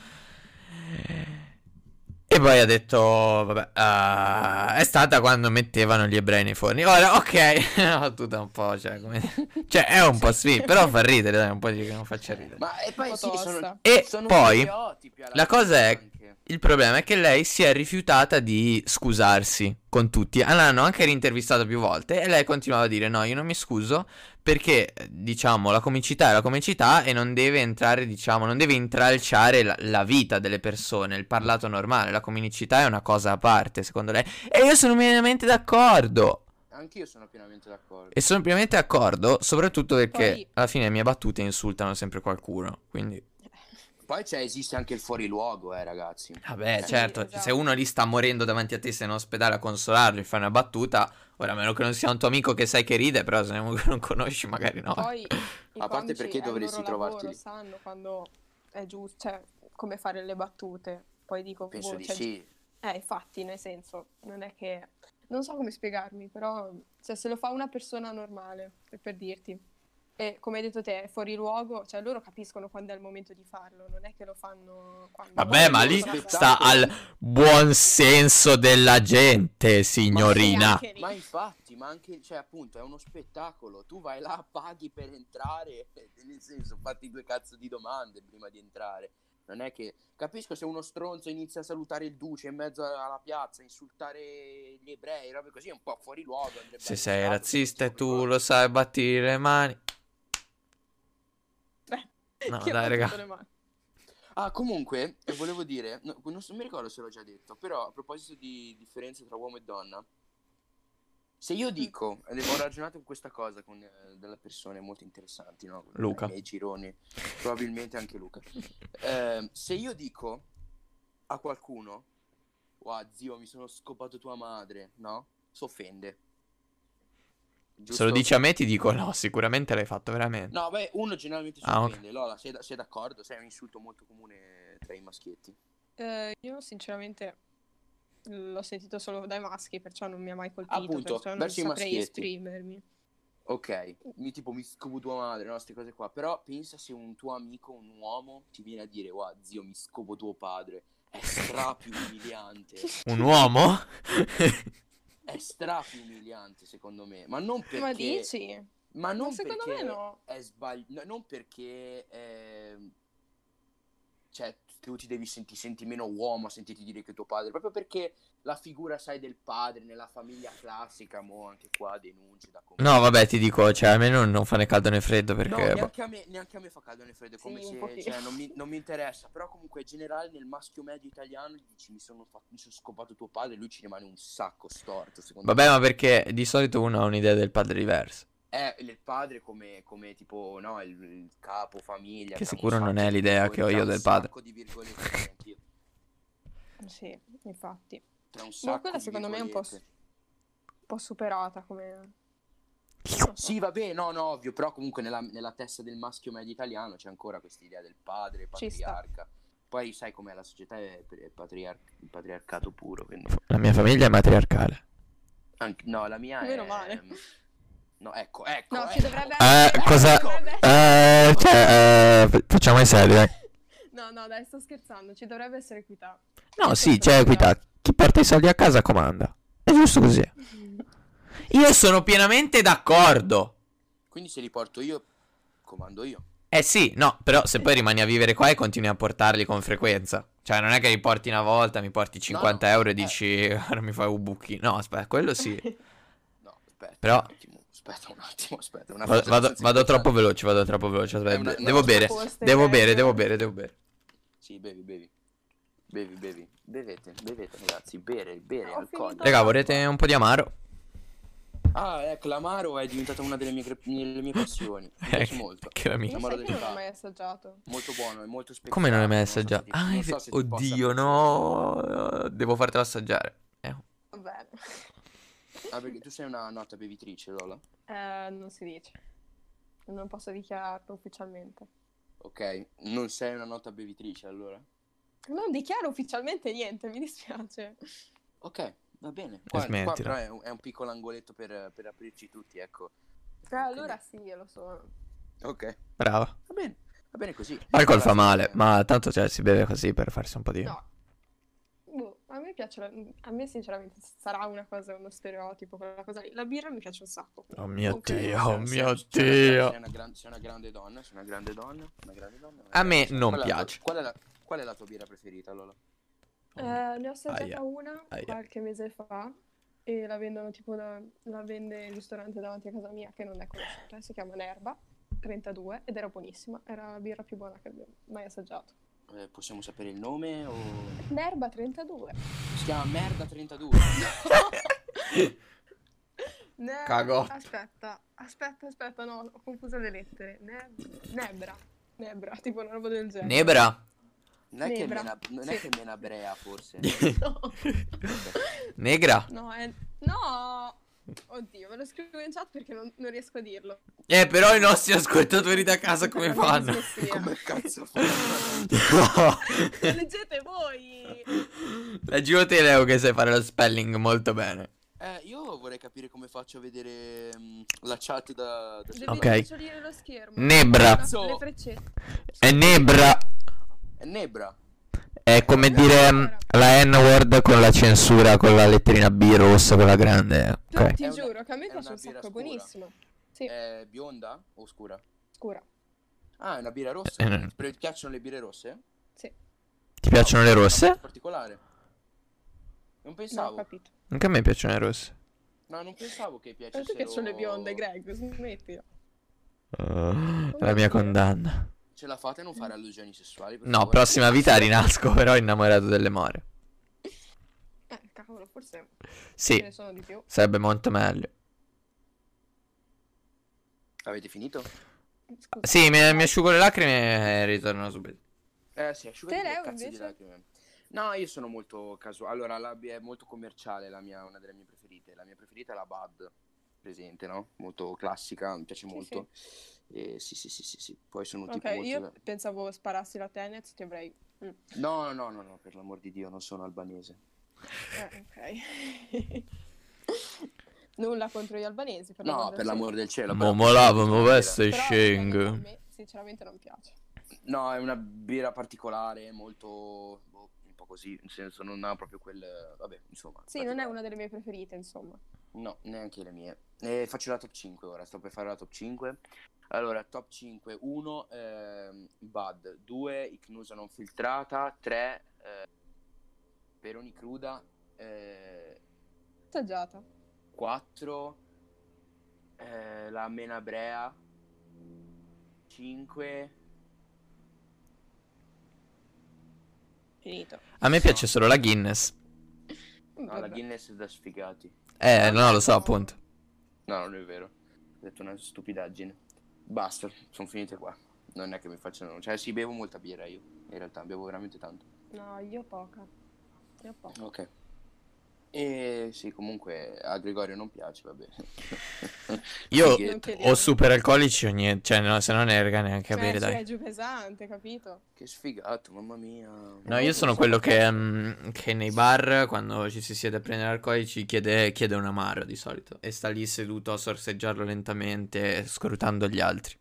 E poi ha detto, vabbè, ah, è stata quando mettevano gli ebrei nei forni. Ora, ok, una battuta un po', cioè, come... cioè è un po' sfida, però fa ridere, dai, un po' di che non faccia ridere.
Ma e poi
Un
sì,
po'
sono,
tosta.
E
sono
poi,
stereotipi alla
la cosa
fine
è-
anche.
Il problema è che lei si è rifiutata di scusarsi con tutti. Ah, L'hanno anche rintervistata più volte e lei continuava a dire: No, io non mi scuso perché, eh, diciamo, la comicità è la comicità e non deve entrare, diciamo, non deve intralciare la, la vita delle persone, il parlato normale. La comicità è una cosa a parte, secondo lei. E io sono pienamente d'accordo.
Anch'io sono pienamente d'accordo.
E sono pienamente d'accordo, soprattutto perché
Poi-
alla fine le mie battute insultano sempre qualcuno. Quindi,
Poi c'è, esiste anche il fuoriluogo, eh, ragazzi.
Vabbè,
Sì,
certo,
esatto.
se uno lì sta morendo davanti a te, sei in ospedale a consolarlo, gli fai una battuta, ora a meno che non sia un tuo amico che sai che ride, però se è uno che non conosci magari no.
Poi i
A parte
comici
perché
è il loro
dovresti trovarti
lavoro,
lì.
sanno quando è giusto, cioè come fare le battute. Poi dico,
Penso
boh,
di
cioè,
sì.
eh, infatti, nel senso, non è che non so come spiegarmi, però cioè, se lo fa una persona normale, per, per dirti. E come hai detto te, è fuori luogo, cioè loro capiscono quando è il momento di farlo, non è che lo fanno quando
Vabbè, ma
lo
lì
fanno-
sta al buon senso della gente, signorina.
Sì, anche lì.
Ma infatti, ma anche, cioè, appunto, è uno spettacolo. Tu vai là, paghi per entrare, nel senso, fatti due cazzo di domande prima di entrare. Non è che capisco se uno stronzo inizia a salutare il duce in mezzo alla piazza, insultare gli ebrei, robe così, è un po' fuori luogo. andrebbe
Se sei
arrestato,
razzista e
non so
tu
come
lo sai, batti le mani. No,
cioè, Chi ha
dai,
battuto
raga.
le mani?
Ah, comunque, eh, volevo dire, no, non, so- mi ricordo se l'ho già detto, però a proposito di differenze tra uomo e donna, se
Mm.
io dico, ed ho ragionato con questa cosa con eh, delle persone molto interessanti, no? Con
Luca.
I miei gironi, probabilmente anche Luca. Eh, se io dico a qualcuno, wow zio, mi sono scopato tua madre, no? S'offende.
Se lo
Giusto?
dici a me ti dico no, sicuramente l'hai fatto veramente.
No, beh, uno generalmente si
Ah, ok.
offende. Lola, sei, da- sei d'accordo? Sei un insulto molto comune tra i maschietti.
Eh, io sinceramente l'ho sentito solo dai maschi, perciò non mi ha mai colpito,
Appunto,
perciò non
verso i
saprei
maschietti.
esprimermi.
Ok, mi, tipo mi scopo tua madre, no, queste cose qua. Però pensa se un tuo amico, un uomo, ti viene a dire, guarda, zio, mi scopo tuo padre. È stra più umiliante.
Un uomo?
È stra più umiliante, secondo me. Ma non perché...
Ma dici?
Ma non
Ma secondo
perché
me no.
è sbagliato. Non perché... ehm, Cioè, tu ti devi senti, senti meno uomo a sentirti dire che tuo padre, proprio perché la figura, sai, del padre nella famiglia classica, mo anche qua denunce da come
No, vabbè, ti dico, cioè almeno non fa né caldo né freddo
No,
perché... boh.
neanche a, me, neanche a me fa caldo né freddo, è come
Sì, un
se
pochino.
cioè, non, mi, non mi interessa. Però comunque in generale nel maschio medio italiano gli dici mi sono, fatto, mi sono scopato tuo padre e lui ci rimane un sacco storto secondo
Vabbè, ma perché di solito uno ha un'idea del padre diversa.
me. È il padre come, come tipo no, il, il capo famiglia.
Che
c'ha un
sicuro non
sacco
è
di
l'idea
virgolette,
che ho io
c'ha un
del padre.
sacco di virgolette, anch'io.
Sì, infatti.
C'ha un sacco
Ma quella
di
secondo me è un po',
virgolette.
un po' superata come... non so.
Sì, vabbè, no, no, ovvio, però comunque nella, nella testa del maschio medio italiano c'è ancora questa idea del padre,
Ci sta.
patriarca. Poi sai com'è la società, è è patriar- patriarcato puro, quindi...
La mia famiglia è matriarcale.
Anche- no, la mia
Meno
è...
male.
No, ecco, ecco.
No,
ecco.
ci dovrebbe
Eh,
essere...
cosa-
dovrebbe essere-
Eh, cioè, eh, f- facciamo in serio. eh.
No, no, dai, sto scherzando, ci dovrebbe essere equità.
cioè, No, sì, c'è equità. Chi porta i soldi a casa comanda. È giusto così. Io sono pienamente d'accordo.
Quindi se li porto io, comando io.
Eh sì, no, però se poi rimani a vivere qua e continui a portarli con frequenza. Cioè, non è che li porti una volta, mi porti 50
No, no,
euro e
eh.
dici, ora mi fai un bucchino. No, aspetta, quello sì.
No, aspetta.
Però-
Un attimo, aspetta un attimo, aspetta. Una
Va-
cosa
Vado,
abbastanza
vado troppo
importante.
veloce, vado troppo veloce.
È una-
Aspetta,
una
devo
cosa-
bere,
Forse
devo
meglio.
bere, devo bere, devo bere.
Sì, bevi, bevi. Bevi, bevi. Bevete, bevete ragazzi, bere, bere,
Ho
alcolico.
finito.
Raga, volete un po' di amaro?
Ah, ecco, l'amaro è diventata una delle mie, cre- delle mie passioni. Mi piace molto.
Eh, Che la
Non
mia.
Amaro
sai che
del
non l'ho
Faro.
mai assaggiato.
Molto buono, è molto speciale.
Come non l'hai mai
non so se
assaggiato?
ti-
Ah,
non
è
so
ver-
se ti possa-
oddio, no. Devo fartelo assaggiare. Eh,
Va bene.
Ah, perché tu sei una nota bevitrice, Lola.
Eh, non si dice. Non posso dichiararlo ufficialmente.
Ok, non sei una nota bevitrice allora?
Non dichiaro ufficialmente niente, mi dispiace.
Ok, va bene. Qua, qua
smettila.
però è un, è un piccolo angoletto per, per aprirci tutti, ecco.
Eh, allora sì, io lo sono.
Ok,
brava.
va bene, va bene così.
L'alcol fa
Allora,
male,
eh,
ma tanto cioè, si beve così per farsi un po' di...
No. Boh, a me piace, la- a me sinceramente sarà una cosa, uno stereotipo, quella cosa lì. La birra mi piace un sacco.
Oh mio
Ok,
Dio,
sei-
oh mio
sei- sei una gran-
Dio.
Sei una, gran- sei una grande donna, sei una grande donna, una grande donna. una
A me
grande-
non
Qual è la tua-
piace.
qual, è la, qual è la tua birra preferita, Lola?
Eh, ne ho assaggiata
Oh, Aia,
una
aia.
qualche mese fa e la vendono tipo da- la vende il ristorante davanti a casa mia che non è conosciuta, si chiama Nerba 32 ed era buonissima, era la birra più buona che abbia mai assaggiato.
Eh, possiamo sapere il nome o...
Nerba 32.
Si chiama Merda 32.
Ne-
Cagotto.
Aspetta, aspetta, aspetta, no, ho confuso le lettere. Ne- Nebra, Nebra, tipo una roba del genere.
Nebra.
Non è, che
Nebra.
mena, non è
Sì.
che mena brea, forse.
No.
Negra.
No, è... no! Oddio, ve lo scrivo in chat perché non, non riesco a dirlo.
Eh, però i nostri ascoltatori da casa come
Perché
fanno?
dislessia.
Come cazzo fa?
Leggete voi!
La giro te Leo che sai fare lo spelling molto bene.
Eh, io vorrei capire come faccio a vedere mm, la chat da... da
Devi
Ok.
rimpicciolire lo schermo.
Nebra.
No, Le freccette.
E Nebra
È Nebra.
è come dire mm, la N-word con la censura, con la letterina B rossa, quella grande. eh,
Però
Ok.
Cioè, ti
È una-
giuro che a me
è
piace
una birra
un sacco, è
scura. Eh,
buonissimo. Sì,
È bionda o scura?
scura.
Ah, è una birra rossa.
Eh, no.
Ti piacciono le birre rosse?
Sì,
Ti piacciono le
È
rosse?
particolare. Non
no, ho
pensavo.
capito.
Anche a me piacciono le rosse.
No, non pensavo che
A te
piacessero
piacciono le bionde, Greg, smettila. Eh,
la mia condanna.
Ce la fate a non
Mm.
fare allusioni sessuali? per
No,
favore?
prossima vita rinasco però innamorato delle more.
Eh, cavolo, forse ce
Sì,
ne sono di più.
sarebbe molto meglio.
Avete finito?
Scusa.
Sì, mi, mi asciugo le lacrime e ritorno subito.
Eh sì, asciugati
Te,
le
Leo,
cazzo di
invece?
lacrime. No, io sono molto casuale. Allora, la è molto commerciale la mia, una delle mie preferite. La mia preferita è la Bud, presente, no? Molto classica, mi piace
Sì,
molto. Eh, Sì, sì, sì, sì, sì. Poi sono
Ok,
tipo molto...
io pensavo sparassi la Tenez, ti avrei... Mm,
No, no, no, no, per l'amor di Dio, non sono albanese.
eh, ok. Nulla contro gli albanesi, per
No,
l'amor
per
del
l'amor del cielo. però-
Momolavo,
cielo.
movesse
Però, a
scengo.
me sinceramente non piace.
No, è una birra particolare, molto... boh, un po' così, nel senso non ha proprio quel... Vabbè, insomma.
Sì, non è
particolare.
una delle mie preferite, insomma.
No, neanche le mie. Eh, faccio la top 5 ora, sto per fare la top 5. Allora, top 5, 1 ehm, Bud, 2 Icnusa non filtrata, 3 eh, Peroni cruda, eh,
Assaggiata.
4 eh, la Mena Brea, 5
Finito.
A me piace solo la Guinness.
No, la Guinness è da sfigati.
Eh, no, lo so, appunto.
No, non è vero. Ho detto una stupidaggine. Basta, sono finite qua. Non è che mi facciano... Cioè, sì, bevo molta birra io, in realtà, bevo veramente tanto.
No, io poca. Io poca.
Ok. E sì, comunque a Gregorio non piace, vabbè.
Io
Fighetto.
Non
o super alcolici o niente. Cioè, no, se no ne rega neanche a
Cioè,
bere,
cioè,
dai.
giù pesante, capito?
Che sfigato, mamma mia.
No, io sono quello che, mm, che nei bar, quando ci si siede a prendere alcolici, chiede, chiede un amaro di solito. E sta lì seduto a sorseggiarlo lentamente, scrutando gli altri.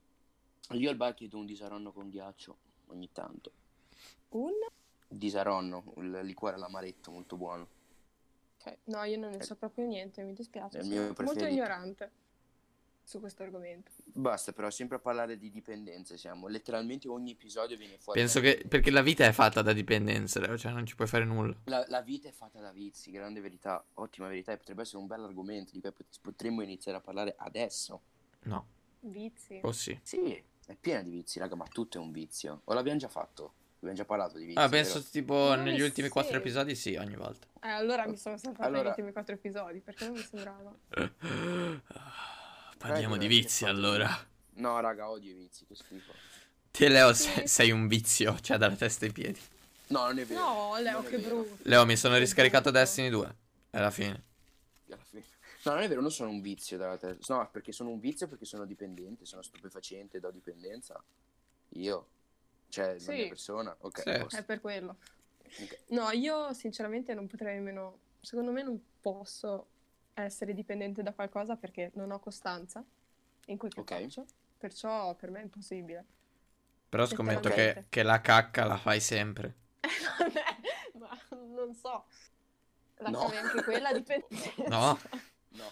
Io al bar chiedo un disaronno con ghiaccio ogni tanto.
Un...
Disaronno, il liquore all'amaretto, molto buono.
Ok. Ok, Cioè, no, io non ne so proprio niente, mi dispiace.
È il
sono
mio
molto
preferito.
ignorante su questo argomento.
Basta, però, sempre a parlare di dipendenze siamo. Letteralmente ogni episodio viene fuori.
Penso che perché la vita è fatta da dipendenze, Leo, cioè non ci puoi fare nulla.
La, la vita è fatta da vizi, grande verità, ottima verità, e potrebbe essere un bel argomento di cui pot- potremmo iniziare a parlare adesso.
No,
Vizi.
o sì.
Sì, è piena di vizi, raga, ma tutto è un vizio. O l'abbiamo già fatto? Abbiamo già parlato di vizi.
Ah,
vero?
penso tipo
Non
negli
è
ultimi quattro
serio.
episodi sì, ogni volta.
Eh, allora mi sono saltata
Allora-
gli ultimi quattro episodi perché non mi sembrava.
Ah, Parliamo di
veramente
vizi
fatto-
allora.
No, raga, odio i vizi, che schifo.
Te Leo se- sei un vizio, cioè dalla testa ai piedi.
No, non è vero.
No, Leo,
non è
che
vero.
brutto.
Leo, mi sono
Che
riscaricato
brutto.
Destiny 2. Alla fine.
Alla fine. No, non è vero, non sono un vizio dalla testa. No, perché sono un vizio perché sono dipendente, sono stupefacente, do dipendenza. Io. Cioè,
Sì.
la mia persona. Ok,
Sì.
a posto.
È per quello.
Ok.
No, io sinceramente non potrei nemmeno. Secondo me non posso essere dipendente da qualcosa perché non ho costanza in quel che
Ok.
faccio. Perciò per me è impossibile.
Però scommetto che,
Letteralmente.
che la cacca la fai sempre.
Vabbè, ma non so. Lasciami
No.
anche quella dipendenza.
No,
No.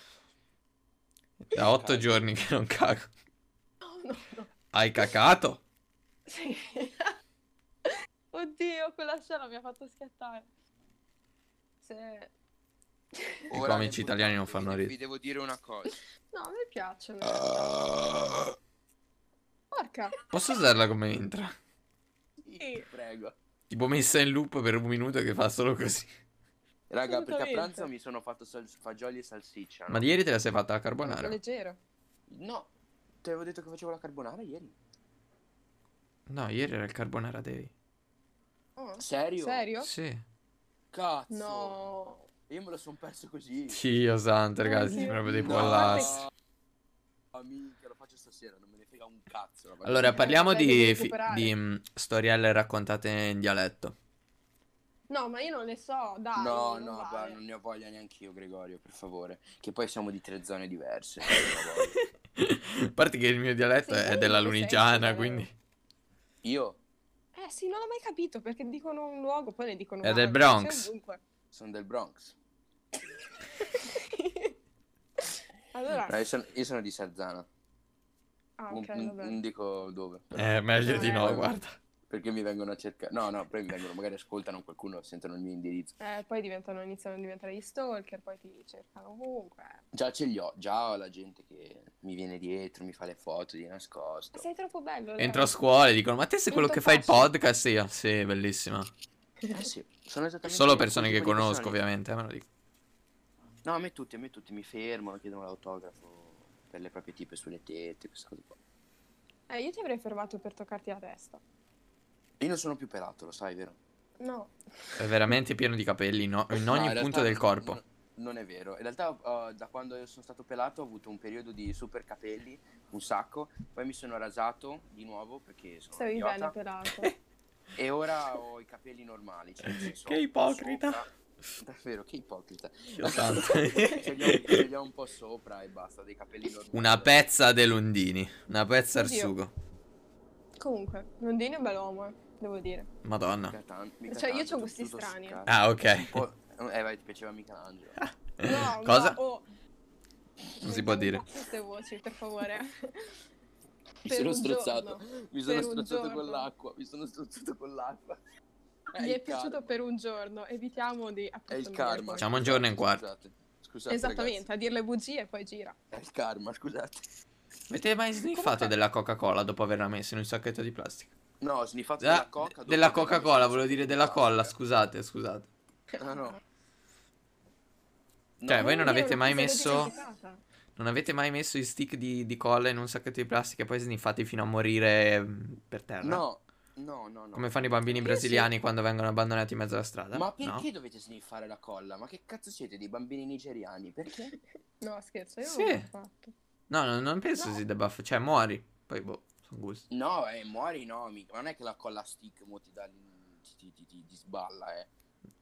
da otto giorni che non cago.
No, no, no.
Hai cacato?
Sì. Oddio, quella scena mi ha fatto schiattare. Se...
I
Ora
comici
nel
italiani non
puntato
fanno
vi-
ridere.
Vi devo dire una cosa.
No, mi piacciono. Porca.
Posso usarla come intro?
Sì.
Prego.
Tipo messa in loop per un minuto che fa solo così.
Raga, perché a
Assolutamente.
pranzo mi sono fatto sal- fagioli e salsiccia. no?
Ma di ieri te la sei fatta la carbonara?
Leggero.
No, ti avevo detto che facevo la carbonara ieri.
No, ieri era il carbonara day.
Oh,
Serio?
Serio?
Sì.
Cazzo.
No.
Io me lo sono perso così.
Dio santo, ragazzi,
Oddio.
proprio dei
Ah, No,
pollassi.
guarda
No, Mica, Ah, lo faccio stasera, non me ne frega un cazzo. la faccio-
Allora, parliamo
Eh, devi
di, fi-
recuperare.
di, mh, storielle raccontate in dialetto.
No, ma io non le so, dai.
No,
non
no,
vale.
guarda, non ne ho voglia neanche io, Gregorio, per favore. Che poi siamo di tre zone diverse.
A parte che il mio dialetto
Sì,
è
poi
della
non sei
Lunigiana,
italiano.
quindi...
io
Eh sì, non l'ho mai capito perché dicono un luogo, poi ne dicono un
È del
altro, Cioè,
Bronx.
c'è ovunque.
sono del Bronx.
allora,
No, io, sono, io sono di Sarzana.
ah,
Non-
ok,
non,
vabbè.
non dico dove. però,
Eh, meglio di no,
Eh.
guarda.
Perché mi vengono a cercare. No, no, poi mi vengono, magari ascoltano qualcuno, sentono il mio indirizzo.
Eh, poi diventano, iniziano a diventare gli stalker, poi ti cercano ovunque.
Già ce li ho, già ho la gente che mi viene dietro, mi fa le foto di nascosto.
Ma sei troppo bello. Leo.
Entro a scuola e dicono, ma te sei quello che fa il
Tutto facile.
podcast? Io, sì, bellissima.
Eh sì, sono esattamente
Solo
quel
persone
tipo
che
di
conosco,
persone.
ovviamente, eh, me lo dico.
No, a me tutti, a me tutti mi fermano, chiedono l'autografo per le proprie tipe sulle tette, queste cose qua.
Eh, io ti avrei fermato per toccarti la testa.
Io non sono più pelato, lo sai, vero?
No.
È veramente pieno di capelli no- in
No,
ogni
realtà
punto del
non-
corpo.
non- Non è vero, in realtà eh, da quando io sono stato pelato ho avuto un periodo di super capelli, un sacco, poi mi sono rasato di nuovo perché sono un
Stavi
idiota
bene, peraltro.
e ora ho i capelli normali. Cioè, nel senso,
Che ipocrita.
sopra- Davvero, che ipocrita.
Dio santo.
ce, li ho, ce li ho un po' sopra e basta, dei capelli normali.
Una pezza de Lundini, una pezza al
Oddio.
sugo.
Comunque, Londino è un bell'uomo, eh, devo dire.
Madonna.
Mica tan- mica
Cioè, io
tanto,
c'ho gusti
tutto
strani.
scazzo.
Ah, ok.
Poi- eh, vai, ti piaceva Michelangelo.
No,
Cosa?
no, oh.
Non si può dire.
Queste voci, per favore.
Mi
Per
sono
un
strozzato,
giorno.
mi sono
Per un
strozzato con
giorno.
l'acqua, mi sono strozzato con l'acqua.
Mi è
il karma,
piaciuto per un giorno, evitiamo di
È il
approfondire
karma.
poi.
Facciamo un giorno e un quarto.
Scusate, scusate
Esattamente, a dire le bugie e poi gira.
ragazzi, È il karma, scusate.
Avete mai sniffato
Comunque-
della Coca-Cola dopo averla messa in un sacchetto di plastica?
No, ho sniffato
Ah,
della coca. dopo
della
che mi sono
Coca-Cola, volevo dire della
strozzato.
colla, scusate, scusate.
No, Ah, no.
Cioè,
No,
voi non
Io
avete mai
mi sono
messo
dimenticata.
non avete mai messo i stick di, di colla in un sacchetto di plastica e poi sniffati fino a morire mm, per terra?
No, no, no, no.
Come fanno i bambini
Io
brasiliani quando vengono abbandonati in mezzo alla strada?
Ma
No?
perché dovete sniffare la colla? Ma che cazzo siete dei bambini nigeriani? Perché?
No, scherzo, io
Sì.
non l'ho fatto.
No, no, non penso
No.
si debba fa- Cioè, muori. Poi, boh, sono gusti.
No, eh, muori no, mica. Ma non è che la colla stick mo ti, dà, ti, ti, ti, ti sballa, eh.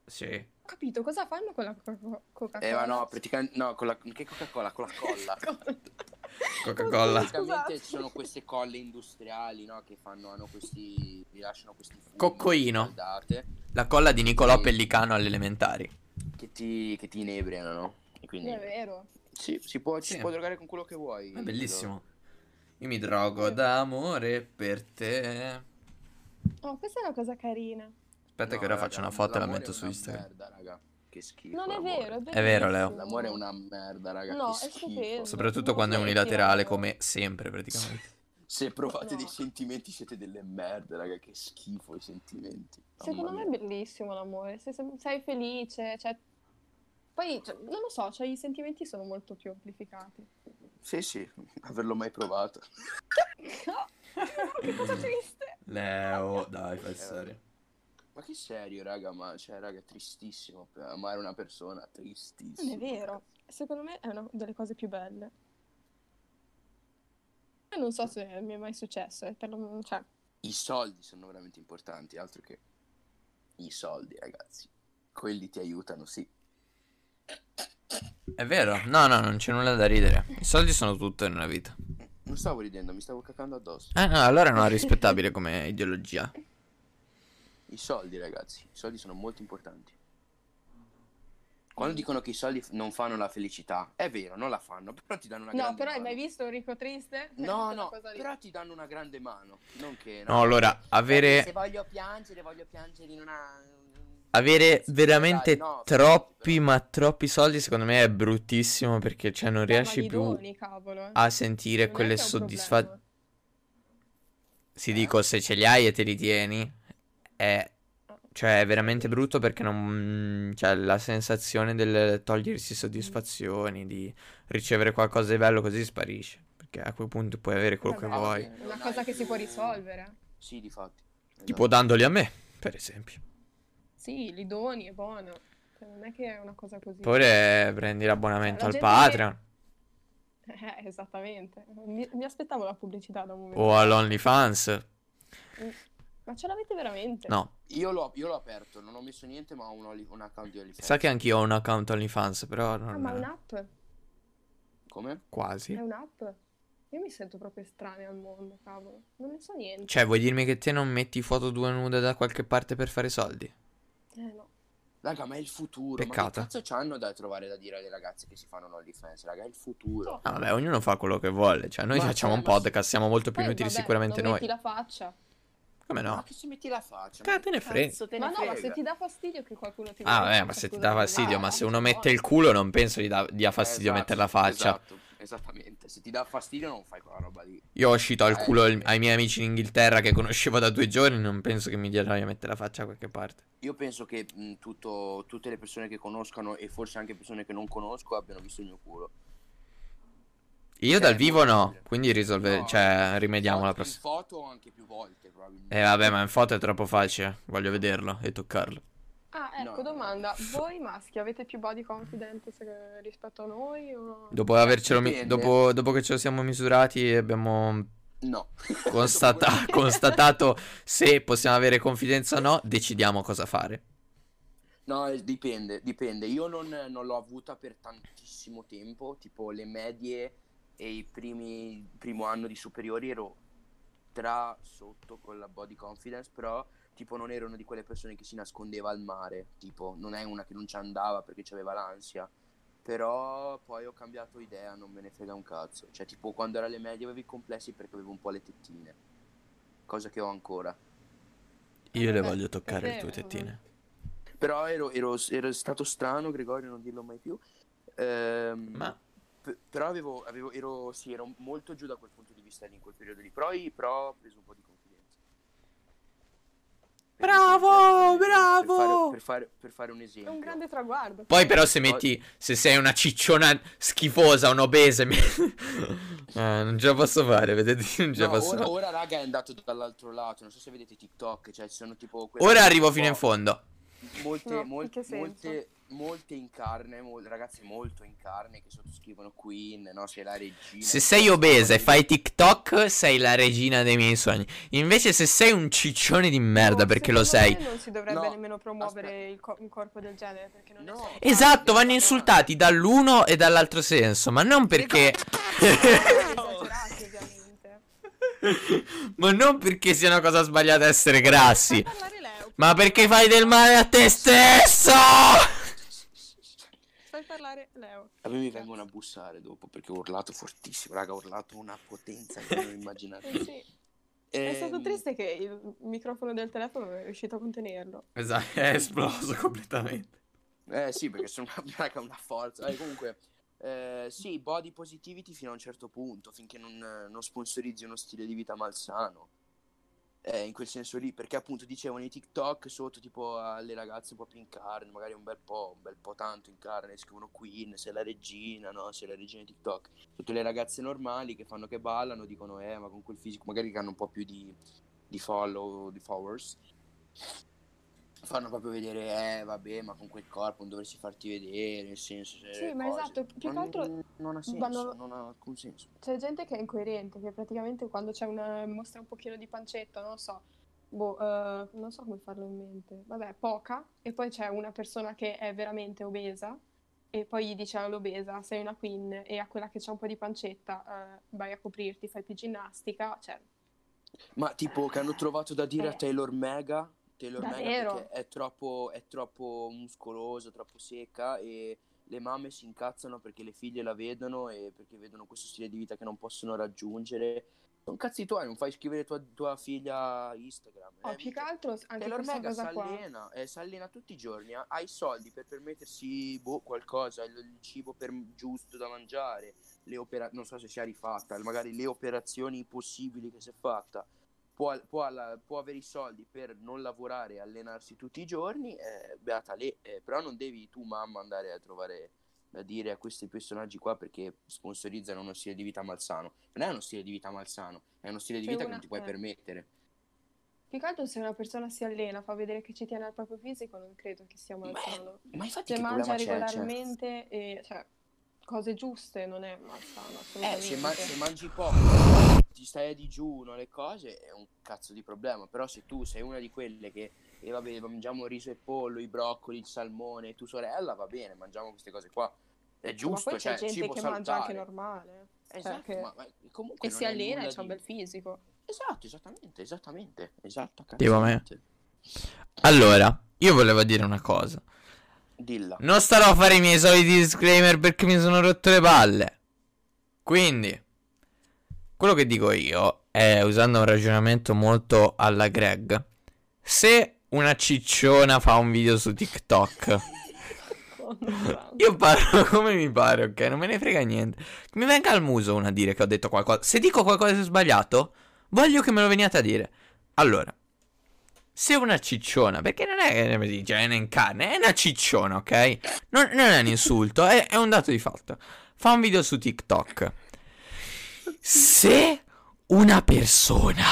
Sì.
Ho capito, cosa fanno con la Coca- Coca-Cola?
Eh, ma no, praticamente no, con la che Coca-Cola, con la colla.
Coca-Cola.
Oddio,
Praticamente ci
scusate.
sono queste colle industriali, no, che fanno hanno questi rilasciano questi fumi
Coccoino.
riscaldate,
La colla di Nicolò
Sì.
Pellicano alle elementari.
che ti, che ti inebriano, no? E quindi
È vero.
sì, si può, ci
Sì.
si può drogare con quello che vuoi.
È bellissimo. Io mi drogo d'amore per te.
Oh, questa è una cosa carina.
Aspetta
No,
che ora
raga,
faccio una foto e la
l'amore
metto
è
su
una
Instagram.
merda, raga. Che schifo.
Non è
l'amore.
vero, è,
È vero, Leo.
bellissimo.
L'amore è una merda, raga. che
No, è
schifo.
stupendo.
Soprattutto quando è
Sì,
unilaterale,
sì,
come sempre praticamente.
Se provate
No.
dei sentimenti siete delle merde, raga, che schifo i sentimenti.
Secondo
Mamma
me è
mia.
bellissimo l'amore, se se- sei felice, cioè... Poi, cioè, non lo so, cioè, i sentimenti sono molto più amplificati.
Sì, sì, averlo mai provato.
che cosa triste!
Leo, dai, fai
serio. Ma che serio, raga, ma cioè, raga, è tristissimo per amare una persona,
Non
tristissimo.
è vero, secondo me è una delle cose più belle. Poi Non so se mi è mai successo, eh, per lo- cioè,
I soldi sono veramente importanti, altro che i soldi, ragazzi. Quelli ti aiutano, sì.
È vero? No, no, non c'è nulla da ridere. I soldi sono tutto nella vita.
Non stavo ridendo, mi stavo cacando addosso.
Ah, no, allora no, è rispettabile come ideologia.
I soldi, ragazzi, i soldi sono molto importanti. Quando dicono che i soldi f- non fanno la felicità, è vero, non la fanno, però ti danno una
No,
grande
però hai
mano.
mai visto un ricco triste?
No,
Quella
no,
cosa lì.
però ti danno una grande mano, non che
No, allora,
Se
avere,
voglio piangere, voglio piangere in una
avere
Sì,
veramente
dai, no,
troppi,
però-
ma troppi soldi secondo me è bruttissimo perché cioè non
Dai, ma
riesci
gli
più
doni, cavolo, eh.
a
Non
sentire
è
quelle
che è un
soddisfazioni.
problema.
Si dico, se ce li hai e te li tieni, è, cioè, è veramente brutto perché non, cioè, la sensazione del togliersi soddisfazioni, di ricevere qualcosa di bello così sparisce. Perché a quel punto puoi avere quello che
Vabbè,
vuoi.
È una cosa che si può risolvere.
Sì, di fatti. Esatto.
Tipo dandoli a me, per esempio.
Sì, li doni, è buono. Cioè, non è che è una cosa così.
Oppure prendi l'abbonamento
Cioè, La
al
gente-
Patreon
Eh, esattamente. Mi, mi aspettavo la pubblicità da un momento. Mm.
o all'OnlyFans.
Ma ce l'avete veramente?
No,
Io l'ho, io l'ho aperto, non ho messo niente, ma ho un, oli- un account di OnlyFans.
sa che anch'io ho un account OnlyFans, però
Ah, ma è
non
un'app?
Come?
È
quasi.
un'app? Io mi sento proprio estranea al mondo, cavolo. Non ne so niente.
Cioè, vuoi dirmi che te non metti foto due nude da qualche parte per fare soldi? Cioè,
Eh,
ah,
no.
Raga, ma è il futuro. Ma che
Peccato.
cazzo c'hanno da trovare da dire alle ragazze che si fanno un OnlyFans, raga? È il futuro.
Ah, vabbè, ognuno fa quello che vuole. Cioè, noi
Ma-
facciamo un
ma sì.
podcast, siamo molto più
Poi,
inutili
vabbè,
sicuramente
non
noi.
metti la faccia.
Come
Ma
no?
che ci metti la faccia?
Cazzo, te ne frega.
Ma no, ma se ti dà fastidio che qualcuno ti
Ah,
vede,
vabbè, ma se ti
qualcuno
dà
vede.
fastidio,
Ah,
ma se
no,
uno
no.
mette il culo non penso gli, dà- dia fastidio
Esatto,
mettere la faccia.
Esatto, esattamente. Se ti dà fastidio non fai quella roba lì.
Io ho uscito al
Eh,
culo il-
sì.
ai miei amici in Inghilterra che conoscevo da due giorni, non penso che mi diano di mettere la faccia da qualche parte.
Io penso che mh, tutto- tutte le persone che conoscano e forse anche persone che non conosco abbiano visto il mio culo.
Io
Cioè,
dal vivo no,
possibile.
quindi risolve,
No,
cioè,
in
rimediamo
foto-
la prossima.
In foto anche più volte, probabilmente.
Eh vabbè, ma in foto è troppo facile, voglio vederlo e toccarlo.
Ah, ecco,
No.
domanda. Voi maschi avete più body confidence eh, rispetto a noi? O...
Dopo avercelo mi-
Cioè, Dipende.
dopo, dopo che ce lo siamo misurati e abbiamo
No.
constata- constatato se possiamo avere confidenza o no, decidiamo cosa fare.
No, eh, dipende, dipende. Io non, non l'ho avuta per tantissimo tempo, tipo le medie e i primi primo anno di superiori ero tra sotto con la body confidence, però tipo non ero una di quelle persone che si nascondeva al mare, tipo non è una che non ci andava perché c'aveva l'ansia. Però poi ho cambiato idea, non me ne frega un cazzo. Cioè, tipo quando era alle medie avevo i complessi perché avevo un po' le tettine. Cosa che ho ancora.
Io le
Eh,
Vabbè,
voglio toccare le
è
tue
vero.
tettine.
Però ero, ero- ero stato strano, Gregorio, non dirlo mai più. Ehm,
Ma-
p- però avevo, avevo- ero, sì, ero molto giù da quel punto di vista lì, in quel periodo lì. Però, i- però ho preso un po' di confidenza. Per
Bravo,
esempio, per fare-
bravo!
Per fare, per fare un
È
esempio.
un grande traguardo.
Poi però se metti, se sei una cicciona schifosa, un obese, mi- Eh, non ce la posso fare, vedete, non ce la
No,
posso
ora,
fare.
ora, raga, è andato dall'altro lato. Non so se vedete TikTok, cioè ci sono tipo... quelle-
Ora arrivo fino in
Wow.
fondo.
molte,
No, in
mol-
che senso?
molte, molte in carne, mol- ragazze molto in carne che sottoscrivono Queen, no? Sei la regina.
Se sei obesa e fai TikTok, sei la regina dei miei sogni. Invece se sei un ciccione di merda
No,
perché lo
secondo
sei,
me non si dovrebbe
No,
nemmeno promuovere il co- un corpo del genere perché non è
No.
salutare.
Esatto, vanno
no.
insultati dall'uno e dall'altro senso, ma non perché.
Esagerati, ovviamente.
ma non perché sia una cosa sbagliata essere
Fa
grassi,
parlare Leo.
ma perché fai del male a te stesso!
A me mi vengono a bussare dopo perché ho urlato fortissimo, raga, ho urlato una potenza che non Ehm, immaginate.
Eh sì. È
Eh.
stato triste che il microfono del telefono non è riuscito a contenerlo.
Esatto, è esploso completamente.
Eh sì, perché sono una, raga, una forza. Eh, comunque, eh, sì, body positivity fino a un certo punto, finché non, non sponsorizzi uno stile di vita malsano. Eh, in quel senso lì, perché appunto dicevano i TikTok sotto tipo alle ragazze proprio in carne, magari un bel po', un bel po' tanto in carne, scrivono Queen, sei la regina, no? Sei la regina di TikTok. Tutte le ragazze normali che fanno che ballano dicono eh, ma con quel fisico, magari che hanno un po' più di, di follow, di followers, fanno proprio vedere eh, vabbè, ma con quel corpo non dovresti farti vedere, nel senso... se-
Sì, ma
cose.
esatto, più che
Non-
altro
non ha senso,
vanno-
non ha alcun senso.
c'è gente che è incoerente, che praticamente quando c'è una mostra un pochino di pancetta, non so, boh, eh, non so come farlo in mente, vabbè, poca, e poi c'è una persona che è veramente obesa, e poi gli dice all'obesa, sei una queen, e a quella che c'ha un po' di pancetta, eh, vai a coprirti, fai più ginnastica, cioè,
Eh, Ma tipo che hanno trovato da dire a
Eh.
Taylor Mega, Taylor Mega
Davvero?
perché è troppo, è troppo muscoloso, troppo secca e le mamme si incazzano perché le figlie la vedono e perché vedono questo stile di vita che non possono raggiungere. Sono cazzi tuoi, non fai scrivere tua, tua figlia a Instagram.
oh,
eh,
più che
mica.
altro anche
Taylor
questa
Mega si
cosa qua.
allena, eh, si allena tutti i giorni, ha ha i soldi per permettersi boh, qualcosa, il, il cibo per- giusto da mangiare, le opera- non so se si è rifatta, magari le operazioni possibili che si è fatta, può, può alla- può avere i soldi per non lavorare e allenarsi tutti i giorni, eh, beata lei, eh, però non devi tu mamma andare a trovare da dire a questi personaggi qua perché sponsorizzano uno stile di vita malsano. Non è uno stile di vita malsano, è uno stile di
C'è
vita
una-
che non ti puoi
eh.
permettere.
Più che altro se una persona si allena, fa vedere che ci tiene al proprio fisico, non credo che sia malsano.
Ma infatti
Se
che
mangia
problema c'è? Cioè,
regolarmente e cioè, cose giuste non è malsano
Eh, se, ma-
assolutamente. Cioè,
se mangi poco, ti stai a digiuno, le cose, è un cazzo di problema. Però se tu sei una di quelle che, e vabbè, mangiamo riso e pollo, i broccoli, il salmone, e tu sorella, va bene, mangiamo queste cose qua. È
ma
giusto,
poi
cioè,
c'è gente
si
che
può
mangia anche
saltare.
normale. cioè,
Esatto,
che-
ma, ma comunque
E
non
si
è
allena e
nulla
c'ha un
di-
bel fisico.
Esatto, esattamente, esattamente, esatto.
Tipo me.
cazzo.
Allora, io volevo dire una cosa.
Dilla.
Non starò a fare i miei soliti disclaimer perché mi sono rotto le palle. Quindi, quello che dico io è, usando un ragionamento molto alla Greg, se una cicciona fa un video su TikTok, io parlo come mi pare, ok? Non me ne frega niente. Che Mi venga al muso una a dire che ho detto qualcosa. Se dico qualcosa di sbagliato, voglio che me lo veniate a dire. Allora, se una cicciona, perché non è che mi dice "Eh, ne in carne, è una cicciona, ok? Non, non è un insulto, è, è un dato di fatto. Fa un video su TikTok. Se una persona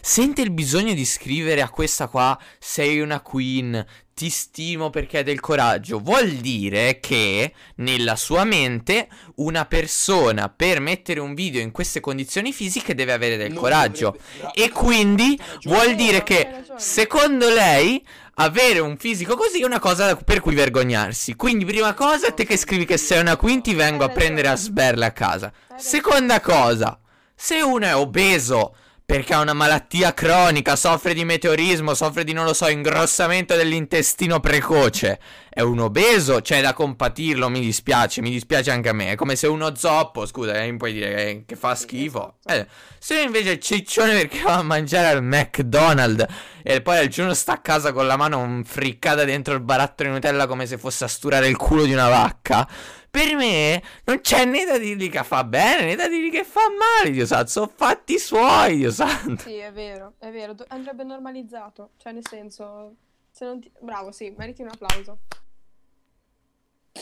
sente il bisogno di scrivere a questa qua, sei una queen, ti stimo perché hai del coraggio, vuol dire che nella sua mente una persona per mettere un video in queste condizioni fisiche deve avere del
Non
coraggio.
dovrebbe- Bra-
E quindi
hai ragione.
vuol dire
Eh, hai
che
ragione.
secondo lei avere un fisico così è una cosa per cui vergognarsi. Quindi prima cosa te che scrivi che sei una queen ti vengo a
Hai
prendere a
ragione.
sberle a casa. Seconda cosa, se uno è obeso perché ha una malattia cronica, soffre di meteorismo, soffre di non lo so, ingrossamento dell'intestino precoce, è un obeso, c'è da compatirlo, mi dispiace, mi dispiace anche a me, è come se uno zoppo, scusa, eh, mi puoi dire che, che fa
Sì,
schifo. Eh,
esatto.
se invece il ciccione perché va a mangiare al McDonald's e poi al giorno sta a casa con la mano un friccata dentro il barattolo di Nutella come se fosse a sturare il culo di una vacca, per me non c'è né da dirgli che fa bene né da dirgli che fa male, Dio santo, sono fatti suoi, Dio santo.
Sì, è vero, è vero, do- andrebbe normalizzato. Cioè, nel senso, se non ti- bravo, sì, meriti un applauso.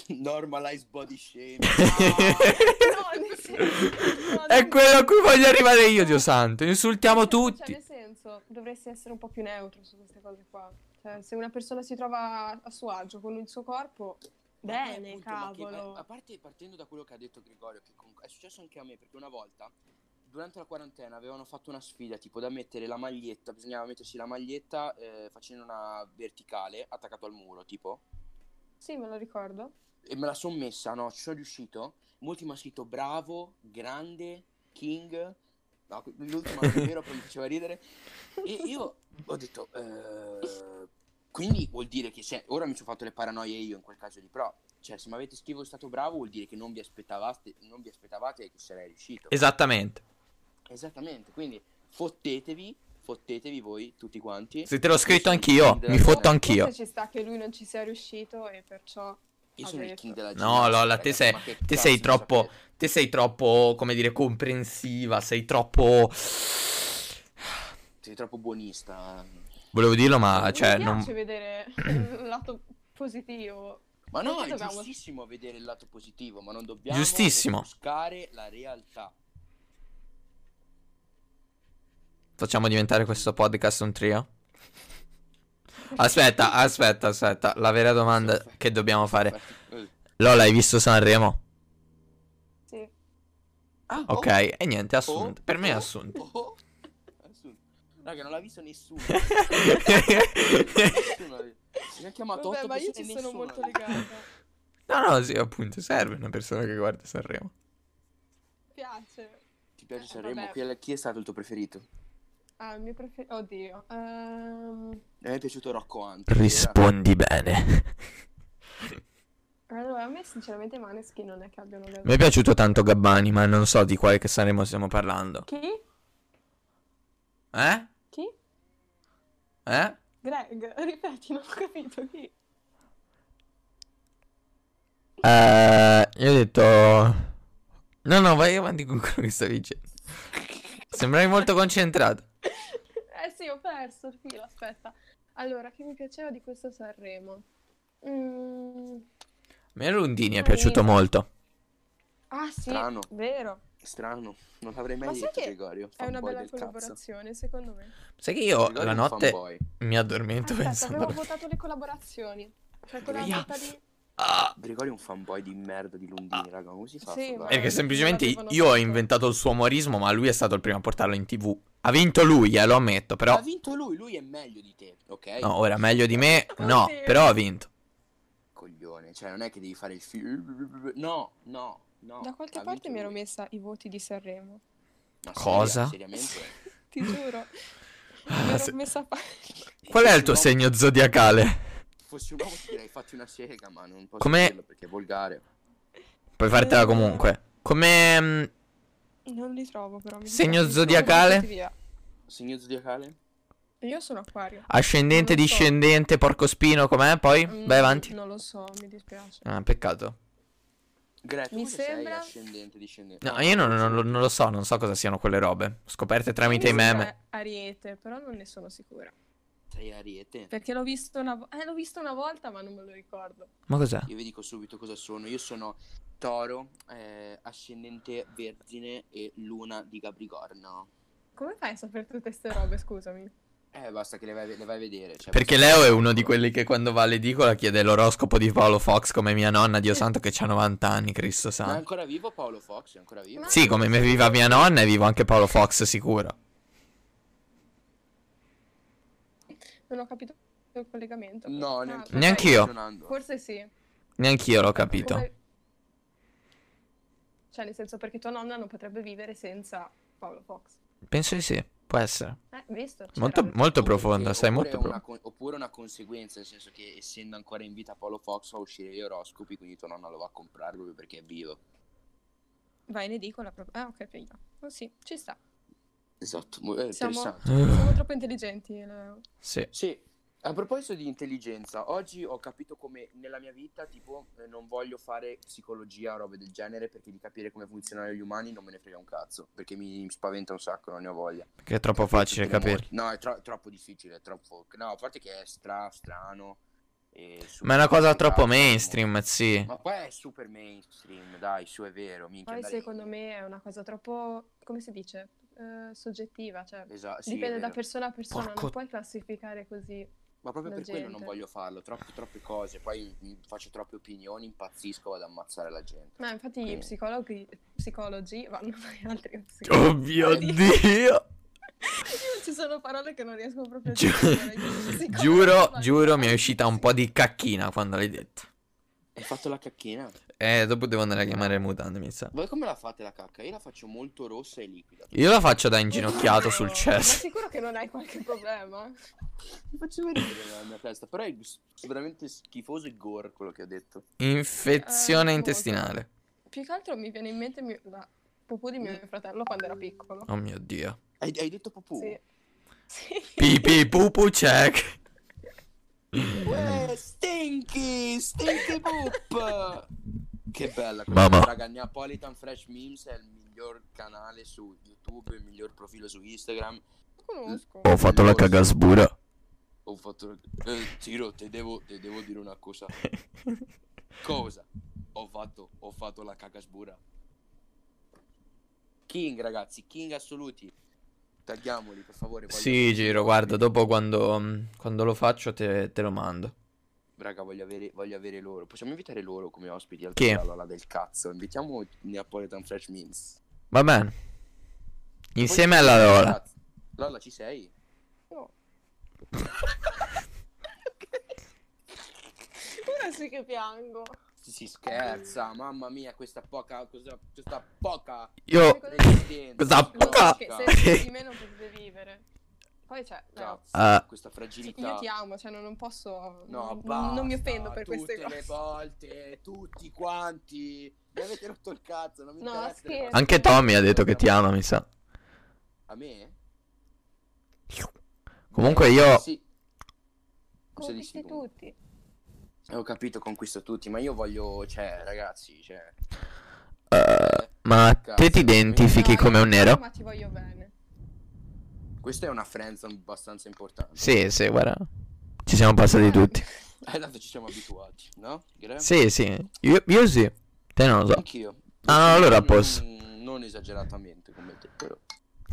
Normalize body Ah, shame.
No, nel senso- no,
È
non-
quello a cui voglio arrivare io, Dio santo. Insultiamo
Cioè,
tutti.
nel senso, dovresti essere un po' più neutro su queste cose qua. Cioè, se una persona si trova a suo agio con il suo corpo, bene,
Appunto, ma che-
cavolo.
a- a parte partendo da quello che ha detto Gregorio, che con- è successo anche a me, perché una volta durante la quarantena avevano fatto una sfida tipo da mettere la maglietta, bisognava mettersi la maglietta eh, facendo una verticale attaccato al muro, tipo
Sì, me lo ricordo.
e me la son messa, no, ci sono riuscito. Molti mi hanno scritto bravo, grande, king. No, que- l'ultima non è vero, però mi faceva ridere. E io ho detto, eh, quindi vuol dire che se, ora mi sono fatto le paranoie io in quel caso lì, però Cioè, se mi avete scritto stato bravo vuol dire che non vi aspettavate, non vi aspettavate che sarei riuscito.
Esattamente.
Esattamente, quindi fottetevi, fottetevi voi tutti quanti.
Se te l'ho scritto
sono il
anch'io,
king della
mi
gente.
fotto anch'io.
Forse ci sta che lui non ci sia riuscito e perciò...
Io sono il king della
No,
ginnastica,
Lola, te
ragazzi,
sei-
ma che
te
cazzo
sei
ne
troppo-
sapete?
Te sei troppo, come dire, comprensiva, sei troppo...
Sei troppo buonista.
Volevo dirlo, ma
Mi
cioè,
piace
non...
vedere il lato positivo.
Ma no,
Perché
è
dobbiamo-
giustissimo vedere il lato positivo, ma non dobbiamo
Giustissimo.
offuscare la realtà.
facciamo diventare questo podcast un trio? Aspetta, aspetta, aspetta. La vera domanda che dobbiamo fare.
Cioè, Eh,
Lola, hai visto Sanremo?
Sì.
ah,
Ok,
oh,
e niente,
oh,
assunto. Per me è
oh,
assunto.
oh, assunto. Raga, non l'ha visto nessuno.
no,
nessuno. l'ha- Mi ha chiamato
Vabbè,
otto
ma io
persone
ci
e
sono
nessuno
molto
l'ha visto.
legata.
no, sì, appunto, serve una persona che guarda Sanremo.
Mi piace.
Ti piace
Eh,
Sanremo?
vabbè.
Chi è- Chi è stato il tuo preferito?
Ah, il mio preferito... Oddio. ehm,
A me è piaciuto Rocco Hunt.
Rispondi bene.
Allora, a me sinceramente i Maneschi non è che abbiano...
Mi è piaciuto tanto Gabbani, ma non so di quale che Sanremo stiamo parlando.
Chi?
Eh?
Chi?
Eh?
Greg, ripeti, non ho capito chi.
Eh, io ho detto... No, no, vai avanti con quello che stavi dicendo. Sembravi molto concentrato.
eh sì, ho perso il filo, aspetta. Allora, che mi piaceva di questo Sanremo? Mm,
Merundini è
Ah,
piaciuto
niente.
molto.
Ah sì,
Strano.
vero.
Strano, non l'avrei mai
Ma sai
detto
che
Gregorio.
È una
fanboy
bella
del cazzo.
collaborazione, secondo me.
Sai che io
Gregorio
Oh, la
è un
notte
fanboy.
mi addormento
Aspetta,
pensando...
avevo votato le collaborazioni. Cioè quella
Via.
volta di...
Ah,
Gregorio è un fanboy di merda di Lundini, raga, come si fa? a
Sì,
farlo?
ma-
perché
non
semplicemente
l'avevano
io ho
fatto.
inventato il suo umorismo, ma lui è stato il primo a portarlo in tv. Ha vinto lui, eh, lo ammetto, però...
Ha vinto lui, lui è meglio di te, ok?
No, ora meglio di me, no,
Oddio.
però ha vinto.
Coglione, cioè non è che devi fare il film. No, no, no.
Da qualche
ha
parte
vinto
mi ero
lui.
messa i voti di Sanremo.
Ma
Cosa?
seria- seriamente?
Ti giuro. mi
Ah,
ero
se-
messa a fare...
Qual è il tuo
Fossi un uomo-
segno zodiacale?
Fossi un uomo ti direi fatti una sega, ma non posso
Come-
dirlo perché è volgare.
Puoi
Eh.
fartela comunque. Come... mm,
Non li trovo però. mi
Segno
dispiace, li trovo,
zodiacale?
buttati via.
Segno zodiacale?
Io sono acquario.
Ascendente,
Non lo so.
discendente, porcospino, com'è? Poi
Mm,
vai avanti.
Non lo so, mi dispiace.
Ah, peccato.
Gre, tu
Mi
cosa sei?
sembra-
ascendente, discendente.
No,
Ah,
io non,
sì.
non lo- non lo so, non so cosa siano quelle robe. Scoperte tramite i
Mi sembra
meme.
Ariete, però non ne sono sicura.
Sei ariete.
Perché l'ho visto una, vo- eh, l'ho visto una volta, ma non me lo ricordo.
Ma cos'è?
Io vi dico subito cosa sono. Io sono Toro, eh, ascendente Vergine e Luna di Capricorno.
Come fai a sapere tutte queste robe? Scusami.
Eh, basta che le vai, le vai a vedere. cioè,
Perché
basta-
Leo è uno di quelli che quando va all'edicola chiede l'oroscopo di Paolo Fox come mia nonna,
Eh.
Dio santo che c'ha 90 anni, Cristo
Ma è
santo.
ancora vivo Paolo Fox? È ancora vivo?
Ma-
Sì, come me viva mia nonna è vivo anche Paolo Fox sicuro.
Non ho capito il collegamento.
No,
Ah,
neanche
ok.
Neanch'io.
Forse sì.
Neanch'io l'ho capito.
Come- Cioè, nel senso, perché tua nonna non potrebbe vivere senza Paolo Fox.
Penso di sì, può essere.
Eh, visto? C'era
Molto,
il-
molto profonda, stai
oppure
molto
una
profonda.
con- oppure una conseguenza, nel senso che essendo ancora in vita Paolo Fox fa uscire gli oroscopi, quindi tua nonna lo va a comprare proprio perché è vivo.
Vai in edicola proprio. Ah, ok, figa. Oh, sì, ci sta.
Esatto, mo- eh,
Siamo-
interessante.
Siamo troppo intelligenti. eh. Leo.
Sì.
Sì, a proposito di intelligenza, oggi ho capito come nella mia vita, tipo, eh, non voglio fare psicologia o robe del genere perché di capire come funzionano gli umani non me ne frega un cazzo, perché mi, mi spaventa un sacco, non ne ho voglia.
Perché è troppo facile
Tutte le
capirlo.
morti- No, è tro- troppo difficile, è troppo... No, a parte che è stra, strano. e super-
Ma è una cosa troppo
complicato.
mainstream, sì.
Ma poi è super mainstream, dai, su è vero, minchia.
Poi
andare-
secondo me è una cosa troppo, come si dice, Eh, soggettiva, cioè
Esatto, sì, è
dipende da
vero.
persona a persona,
Porco-
non puoi classificare così.
Ma proprio
la
per quello non
gente.
voglio farlo, troppe, troppe cose, poi mi- faccio troppe opinioni, impazzisco, vado ad ammazzare la gente.
Ma infatti
Quindi-
gli psicologi, psicologi vanno fare altri psicologi.
Oh mio
Oddio.
Dio!
Io ci sono parole che non riesco proprio a
Giu-
dire. Psicologi
Giuro,
vanno
giuro, mi è
fare-
uscita un po' di cacchina quando l'hai detto.
Hai fatto la cacchina?
Eh, dopo devo andare a chiamare il mutante, mi sa.
Voi come la fate la cacca? Io la faccio molto rossa e liquida.
Io la faccio da inginocchiato sul
Ma
cesso.
sicuro che non hai qualche problema?
Ti faccio vedere la mia testa. Però è s- veramente schifoso e gore quello che ho detto.
Infezione
Eh,
intestinale.
Più che altro mi viene in mente mio- la pupù di mio fratello quando era piccolo.
Oh mio dio.
Hai, hai detto
Uh.
popù?
Sì. Sì.
Pipi pupu check.
Uè, Eh, stinky! Stinky poop! che bella questa.
Mamma.
Raga, Neapolitan Fresh Memes è il miglior canale su YouTube, il miglior profilo su Instagram.
Lo conosco.
Ho fatto la cagasbura.
Ho fatto... Eh, Ciro, te devo, te devo dire una cosa. Cosa? Ho fatto, ho fatto la cagasbura. King, ragazzi, King assoluti. Tagliamoli, per favore. voglio-
Sì, Giro, guarda, dopo quando, mh, quando lo faccio te, te lo mando.
Raga, voglio avere, voglio avere loro. Possiamo invitare loro come ospiti al
Chi?
tavolo là del cazzo. Invitiamo Neapolitan Fresh Memes.
Va bene. Insieme alla Lola.
Cazzo. Lola, ci sei?
No. Ora sì che piango.
Si, si scherza, mamma mia, questa poca. Questa, questa poca.
Io...
resistenza.
Questa
No,
poca-
perché senza di me non potete vivere. Poi cioè, no.
Cazzo,
Ah.
questa
Sì,
fragilità.
Io ti amo, cioè non, non posso.
No,
non-
basta,
non mi offendo per
tutte
queste
le
cose.
volte, tutti quanti. Mi avete rotto il cazzo, non mi
No,
interessa le
scherzo.
vostre-
Anche Tommy ha detto che ti ama, mi sa.
A me?
Comunque io...
Sì,
Conquisti
sicuro.
tutti.
ho capito, conquisto tutti, ma io voglio, cioè, ragazzi, cioè,
eh, ma te ti identifichi
No,
come
io
un
ti amo,
nero?
Ma ti voglio bene.
questa è una friendzone abbastanza importante.
Sì, sì, guarda. Ci siamo
Cioè,
passati tutti.
Eh, tanto ci siamo abituati, no? Graham?
Sì, sì. Io, io sì. Te non lo so.
Anch'io.
Ah, no, allora
Non-
posso.
Non esageratamente come te, però.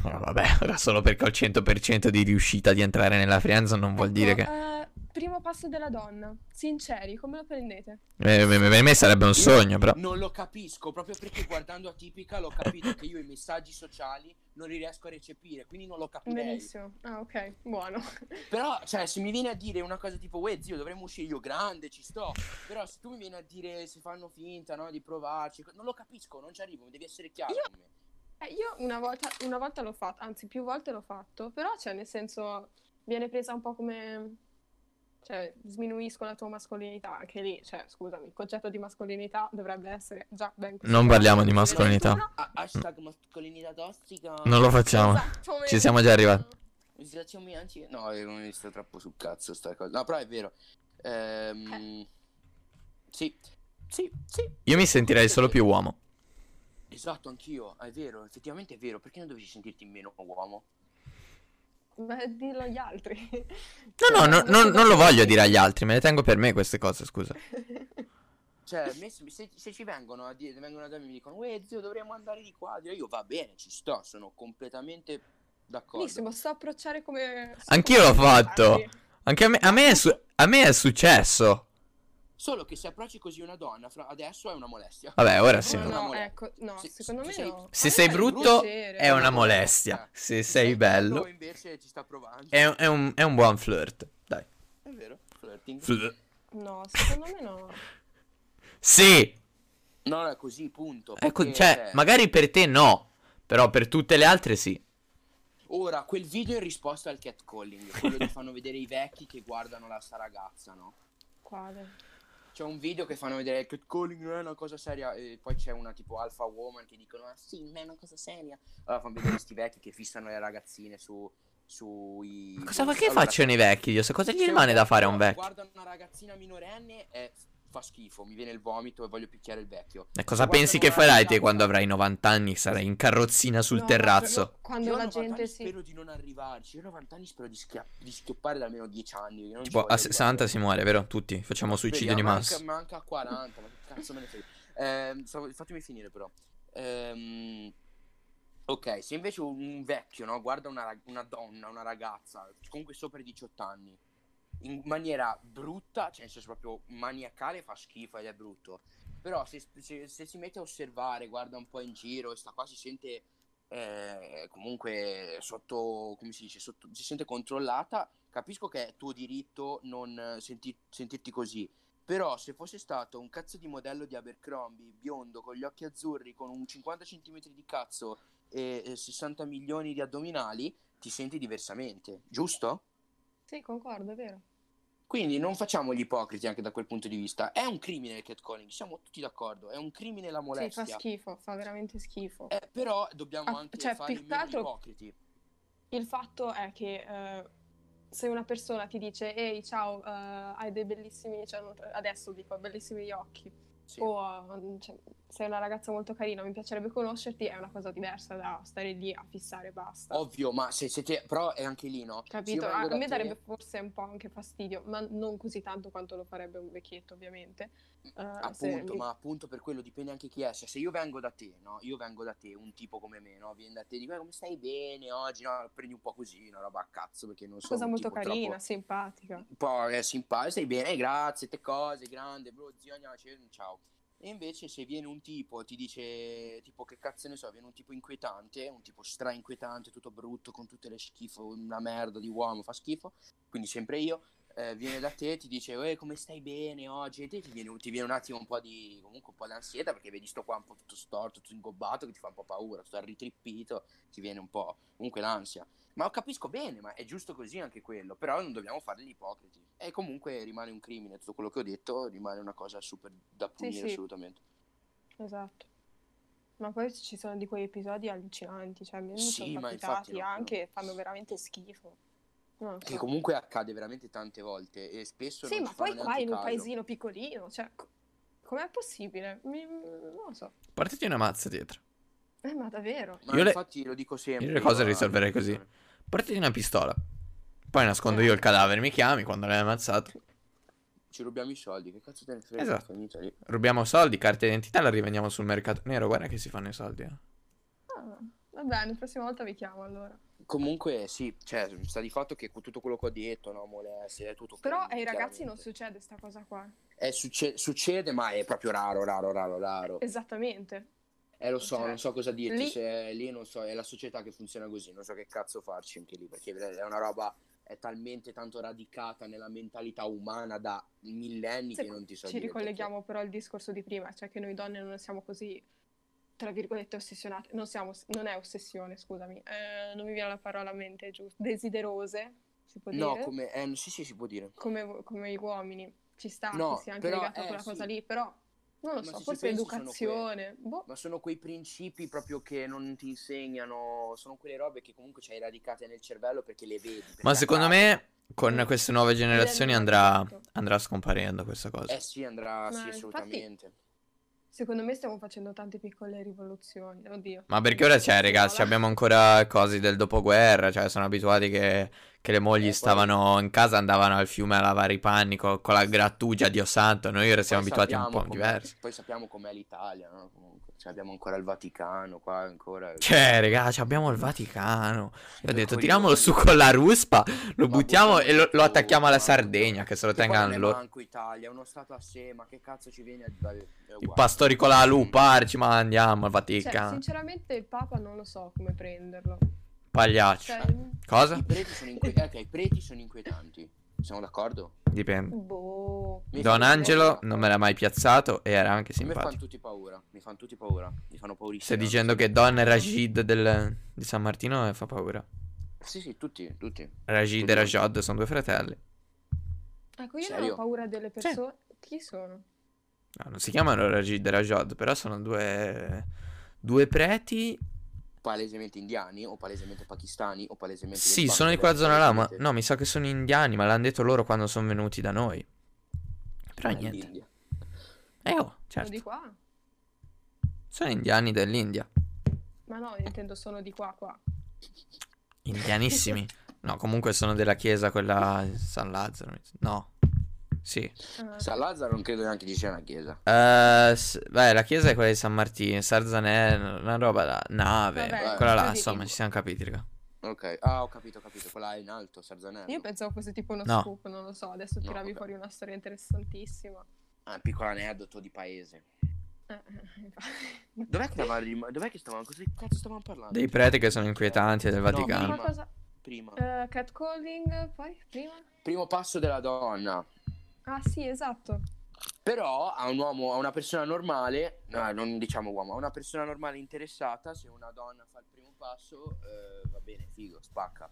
Ah, vabbè, ora solo perché ho il 100% di riuscita di entrare nella friendzone non vuol dire
Ecco,
che...
eh, primo passo della donna. Sinceri, come lo prendete?
Eh, per- per me sarebbe un sogno, però...
Non lo capisco, proprio perché guardando Atipica l'ho capito che io i messaggi sociali non li riesco a recepire, quindi non lo capirei.
Benissimo. Ah, ok, buono.
Però, cioè, se mi viene a dire una cosa tipo, uè zio, dovremmo uscire io grande, ci sto. Però se tu mi vieni a dire se fanno finta, no, di provarci, non lo capisco, non ci arrivo, devi essere chiaro
Io-
con me.
Eh, io una volta, una volta l'ho fatto, anzi più volte l'ho fatto, però cioè nel senso viene presa un po' come... Cioè, sminuisco la tua mascolinità, anche lì, cioè, scusami, il concetto di mascolinità dovrebbe essere già ben
Non parliamo di
considerato.
mascolinità.
No,
Ah, hashtag mascolinità tossica.
Non lo facciamo.
esattamente.
Ci siamo già arrivati.
Legislazione anti- No, io non mi sto troppo sul cazzo sta cosa. No, però è vero.
Eh.
Ehm, Sì. Sì, sì.
Io mi sentirei solo più uomo.
Esatto, anch'io. È vero, effettivamente è vero. Perché non dovresti sentirti meno uomo?
Ma dirlo agli altri.
No, no, no, no, non lo voglio dire agli altri, me le tengo per me queste cose, scusa.
Cioè, a me se, se- se ci vengono a dire, vengono da me e mi dicono, uè zio, dovremmo andare di qua. Io va bene, ci sto, sono completamente d'accordo.
Benissimo, so approcciare come... so
Anch'io l'ho
come
fatto.
approcciarmi.
Anche a me, a me è, su- a me è successo.
Solo che se approcci così una donna, fra- adesso è una molestia.
Vabbè, ora sì.
È una
No,
mole-
ecco, no,
Se-
secondo
se
me
sei-
no.
Se
A me
sei
fa
brutto
piacere.
è una molestia. Se sei
Lui
bello
Ah. invece ci sta provando.
è un, è un- è un buon flirt. Dai.
È vero, flirting.
Fl- eh.
No, secondo me no.
Sì.
No, è così, punto.
Ecco,
Perché,
cioè, magari per te no, però per tutte le altre sì.
Ora, quel video in risposta al catcalling, quello che fanno vedere i vecchi che guardano la sta ragazza, no?
Quale?
C'è un video che fanno vedere che il calling non è una cosa seria e poi c'è una tipo alpha woman che dicono ah sì, ma è una cosa seria. Allora fanno vedere questi vecchi che fissano le ragazzine su sui
Cosa ma che
Allora, cioè,
facciano i vecchi? Dio, so cosa gli
se
rimane da fare a un
uomo
vecchio?
Guarda una ragazzina minorenne e fa schifo, mi viene il vomito e voglio picchiare il vecchio.
E Eh, cosa
se
pensi che
guardano una
farai te
ragazza-
quando avrai 90 anni? Sarai in carrozzina sul
No,
terrazzo.
proprio Quando
io a
la
90
gente
anni
si...
spero di non arrivarci. Io a 90 anni spero di, schia- di schioppare da almeno 10 anni. che non ci
Tipo,
voglio
a se-
arrivare.
60 si muore, vero? Tutti facciamo suicidio di
Speriamo,
massa.
Manca, manca a 40, ma che cazzo me ne frega. Ehm, stavo- fatemi finire però. Ehm, ok, se invece un, un vecchio no, guarda una, rag- una donna, una ragazza, comunque sopra i 18 anni, in maniera brutta, cioè nel senso proprio maniacale, fa schifo ed è brutto. Però se, se- se si mette a osservare, guarda un po' in giro, e sta qua si sente eh, comunque sotto, come si dice, sotto, si sente controllata, capisco che è tuo diritto non eh, senti- sentirti così. Però se fosse stato un cazzo di modello di Abercrombie, biondo, con gli occhi azzurri, con un 50 cm di cazzo e eh, 60 milioni di addominali, ti senti diversamente, giusto?
Sì, concordo, è vero.
Quindi non facciamo gli ipocriti anche da quel punto di vista. È un crimine il catcalling, siamo tutti d'accordo, è un crimine la
Sì, fa
molestia.
schifo, fa veramente schifo.
Eh, però dobbiamo
Ah,
anche
cioè,
fare
più
i
che altro-
ipocriti.
Il fatto è che eh, se una persona ti dice ehi ciao, eh, hai dei bellissimi, cioè, non- adesso dico, hai bellissimi gli occhi,
Sì.
o eh, cioè, sei una ragazza molto carina, mi piacerebbe conoscerti, è una cosa diversa da stare lì a fissare e basta.
Ovvio, ma se siete... Però è anche lì, no? Se io
Capito? ah,
vengo
A
da
me
te-
darebbe forse un po' anche fastidio, ma non così tanto quanto lo farebbe un vecchietto, ovviamente. Eh, se-
Appunto, ma appunto per quello dipende anche chi è. Cioè, se io vengo da te, no? Io vengo da te, un tipo come me, no? Vieni da te, dico, "Eh, come stai bene oggi? No, prendi un po' così, una roba a cazzo, perché non so.
Cosa
un
molto
tipo
carina,
troppo-
simpatica.
Poi è simpatico, stai bene, grazie, te cose, grande, bro, zio, andiamo a cena, ciao. E invece se viene un tipo, ti dice, tipo, che cazzo ne so, viene un tipo inquietante, un tipo stra inquietante, tutto brutto, con tutte le schifo, una merda di uomo, fa schifo, quindi sempre io, eh, viene da te, ti dice, eh, come stai bene oggi? E te ti viene, ti viene un attimo un po' di, comunque un po' d'ansietà, perché vedi sto qua un po' tutto storto, tutto ingobbato, che ti fa un po' paura, tutto ritrippito, ti viene un po', comunque l'ansia. Ma capisco bene, ma è giusto così anche quello. Però non dobbiamo fare gli ipocriti. E comunque rimane un crimine. Tutto quello che ho detto rimane una cosa super da punire
sì.
assolutamente.
Esatto. Ma poi ci sono di quegli episodi allucinanti, cioè a me mi
Sì,
sono
ma
capitati
infatti no,
anche, fanno veramente schifo. Non lo
Che
so.
comunque accade veramente tante volte. E spesso
Sì,
non
ma
ci fanno
poi qua
neanche
in un
caso.
paesino piccolino, cioè, co- com'è possibile? Mi- non lo so.
Partiti una mazza dietro.
Eh, ma davvero?
Ma
Io le-
infatti lo dico sempre.
io le cose
io,
le risolverei
alle persone.
Partiti una pistola. Poi nascondo io il cadavere, mi chiami quando l'hai ammazzato.
Ci rubiamo i soldi. Che cazzo te ne frega? cioè, eh,
Esatto.
finita lì.
Rubiamo soldi, carte d'identità, la rivendiamo sul mercato nero. Guarda che si fanno i soldi. eh.
Ah, va bene, prossima volta vi chiamo allora.
Comunque, sì, cioè, sta di fatto che con tutto quello che ho detto, no, molestie, è tutto
Però
crimine,
ai ragazzi non
chiaramente.
succede sta cosa qua.
Eh, succe- succede, ma è proprio raro, raro, raro, raro.
Esattamente.
Eh lo so,
Cioè,
non so cosa dirti,
lì-
se lì non so, è la società che funziona così, non so che cazzo farci anche lì, perché è una roba è talmente tanto radicata nella mentalità umana da millenni
Se
che non ti so
ci
dire
ricolleghiamo però al discorso di prima, cioè che noi donne non siamo così, tra virgolette, ossessionate. Non, siamo, non è ossessione, scusami. Eh, non mi viene la parola a mente, giusto? Desiderose, si può
perché. No,
dire?
come eh, sì, sì, si può dire.
Come, come gli uomini. Ci sta,
No,
che sia anche
però,
legato a
eh,
quella
sì.
cosa lì, però non lo
Ma
so,
se ci
forse
pensi sono
educazione. Boh,
Ma sono quei principi proprio che non ti insegnano, sono quelle robe che comunque c'hai radicate nel cervello perché le vedi. perché
Ma secondo
accade.
me con queste nuove generazioni andrà,
Esatto.
andrà scomparendo questa cosa.
eh sì, andrà
Ma
sì,
infatti-
assolutamente.
secondo me stiamo facendo tante piccole rivoluzioni, oddio.
Ma perché ora c'è, ragazzi,
Parola.
abbiamo ancora cose del dopoguerra, cioè sono abituati che, che le mogli
Eh,
stavano in casa, andavano al fiume a lavare i panni co- con, la grattugia, Dio santo, noi ora siamo
Poi
abituati a un
sappiamo
po'
com'è-
diverso.
Poi sappiamo com'è l'Italia, no? Comunque, cioè, abbiamo ancora il Vaticano qua ancora.
Cioè, ragazzi, abbiamo il Vaticano. Io ho detto,
Coglioni.
tiriamolo su con la ruspa, lo
Ma
buttiamo e lo, lo
buttalo
attacchiamo alla
su, ma-
Sardegna, che se lo
Che poi non
tengano
è
loro.
manco Italia, è uno stato a sé, ma che cazzo ci viene a dire? È
I
uguale. Mm.
pastori con la lupar, ci mandiamo al
Cioè,
Vaticano.
sinceramente il Papa non lo so come prenderlo.
Pagliaccio.
Cioè,
Cosa?
I preti sono inquietanti. i preti sono inquietanti. Siamo d'accordo?
Dipende.
boh.
Mi
Don
fa-
Angelo non me l'ha mai piazzato e era anche
A me fanno
simpatico.
tutti paura, mi fanno tutti paura, mi fanno paurissimo.
Stai dicendo che Don Rashid del- di San Martino eh, fa paura.
Sì, sì, tutti, tutti.
Rashid e Rajod sono due fratelli.
Ecco, io non
Serio?
ho paura delle persone. Chi sono?
No, non si chiamano Rashid e Rajod, però sono due, due preti.
Palesemente indiani, o palesemente pakistani, o palesemente... del
Sì, sono di quella
Bangladesh,
zona là, ma
palesemente
no, mi sa che sono indiani, ma l'hanno detto loro quando sono venuti da noi. Però
Ah,
niente.
dell'India.
Eh oh,
Sono di
certo.
qua?
Sono indiani dell'India.
Ma no, io intendo sono di qua, qua.
Indianissimi. No, comunque sono della chiesa quella di San Lazzaro. No. Sì.
Ah,
San Lazzaro non credo neanche ci sia una chiesa.
Eh, s- beh, la chiesa è quella di San Martino, Sarzanè, una roba da nave,
Vabbè,
quella là,
così.
insomma, ci siamo capiti, raga.
Ok, ah ho capito, ho capito, quella è in alto, Sarzanello.
io pensavo fosse tipo uno
No.
scoop, non lo so. Adesso
No,
tiravi
vabbè.
fuori una storia interessantissima.
Ah, piccolo aneddoto di paese.
Eh, eh, infatti.
Dov'è che stavamo rim- Dov'è che stavamo? Cosa cazzo stavamo parlando?
Dei preti che sono inquietanti e del
No,
Vaticano.
prima-
Qualcosa...
Prima.
eh, catcalling, poi prima?
Primo passo della donna.
Ah sì, esatto.
Però a un uomo, a una persona normale, no, non diciamo uomo, a una persona normale interessata, se una donna fa il primo passo, eh, va bene, figo, spacca.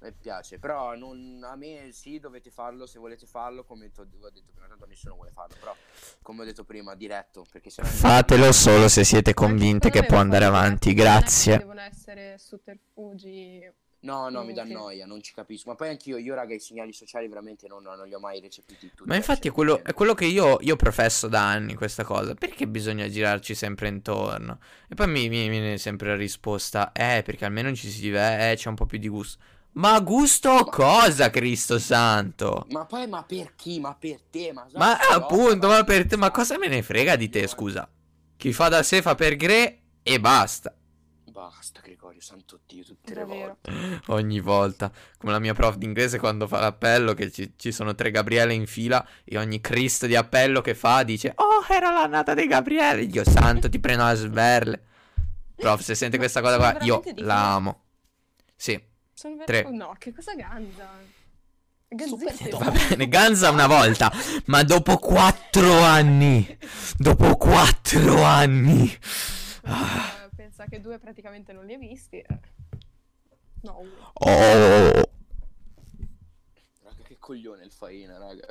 Mi piace, però non- a me sì, dovete farlo se volete farlo, come t- ho detto prima, tanto nessuno vuole farlo, però come ho detto prima, diretto, perché se no
Fatelo solo se siete
Anche
convinte che
secondo
può
me
andare
non è-
avanti,
non è che
grazie.
Devono essere sotterfugi.
No, no, mi dà
Sì.
noia, non ci capisco. Ma poi anch'io, io raga, i segnali sociali veramente non, non li ho mai recepiti tutti. cioè,
Ma infatti è quello, è quello che io, io professo da anni questa cosa. Perché bisogna girarci sempre intorno? E poi mi, mi- mi viene sempre la risposta: Eh, perché almeno ci si diverte, eh, c'è un po' più di gusto. Ma gusto cosa, Cristo santo?
Ma poi, ma per chi? Ma per te? Ma, esatto,
Ma eh,
no,
appunto,
vai,
ma per te, ma cosa me ne frega di te, scusa? Chi fa da sé fa per gre e basta.
Basta, Gregorio, santo Dio, tutte le
Davvero.
volte.
Ogni volta, come la mia prof d'inglese quando fa l'appello, che ci, ci sono tre Gabriele in fila e ogni Cristo di appello che fa dice Oh, era l'annata di Gabriele, Dio santo, ti prendo a sberle. Prof, se sente
Ma
questa cosa qua,
sono
io
veramente di
la
fila. Eh,
amo. Sì,
Sono ver- Oh,
Tre.
No, che cosa ganza?
Super
Gazzette.
top.
va bene, Ganza una volta, ma dopo quattro anni, dopo quattro anni. Ah.
Eh, Pensa che due praticamente non li hai visti. eh. No, uno.
Oh.
Raga, che coglione il faina, raga.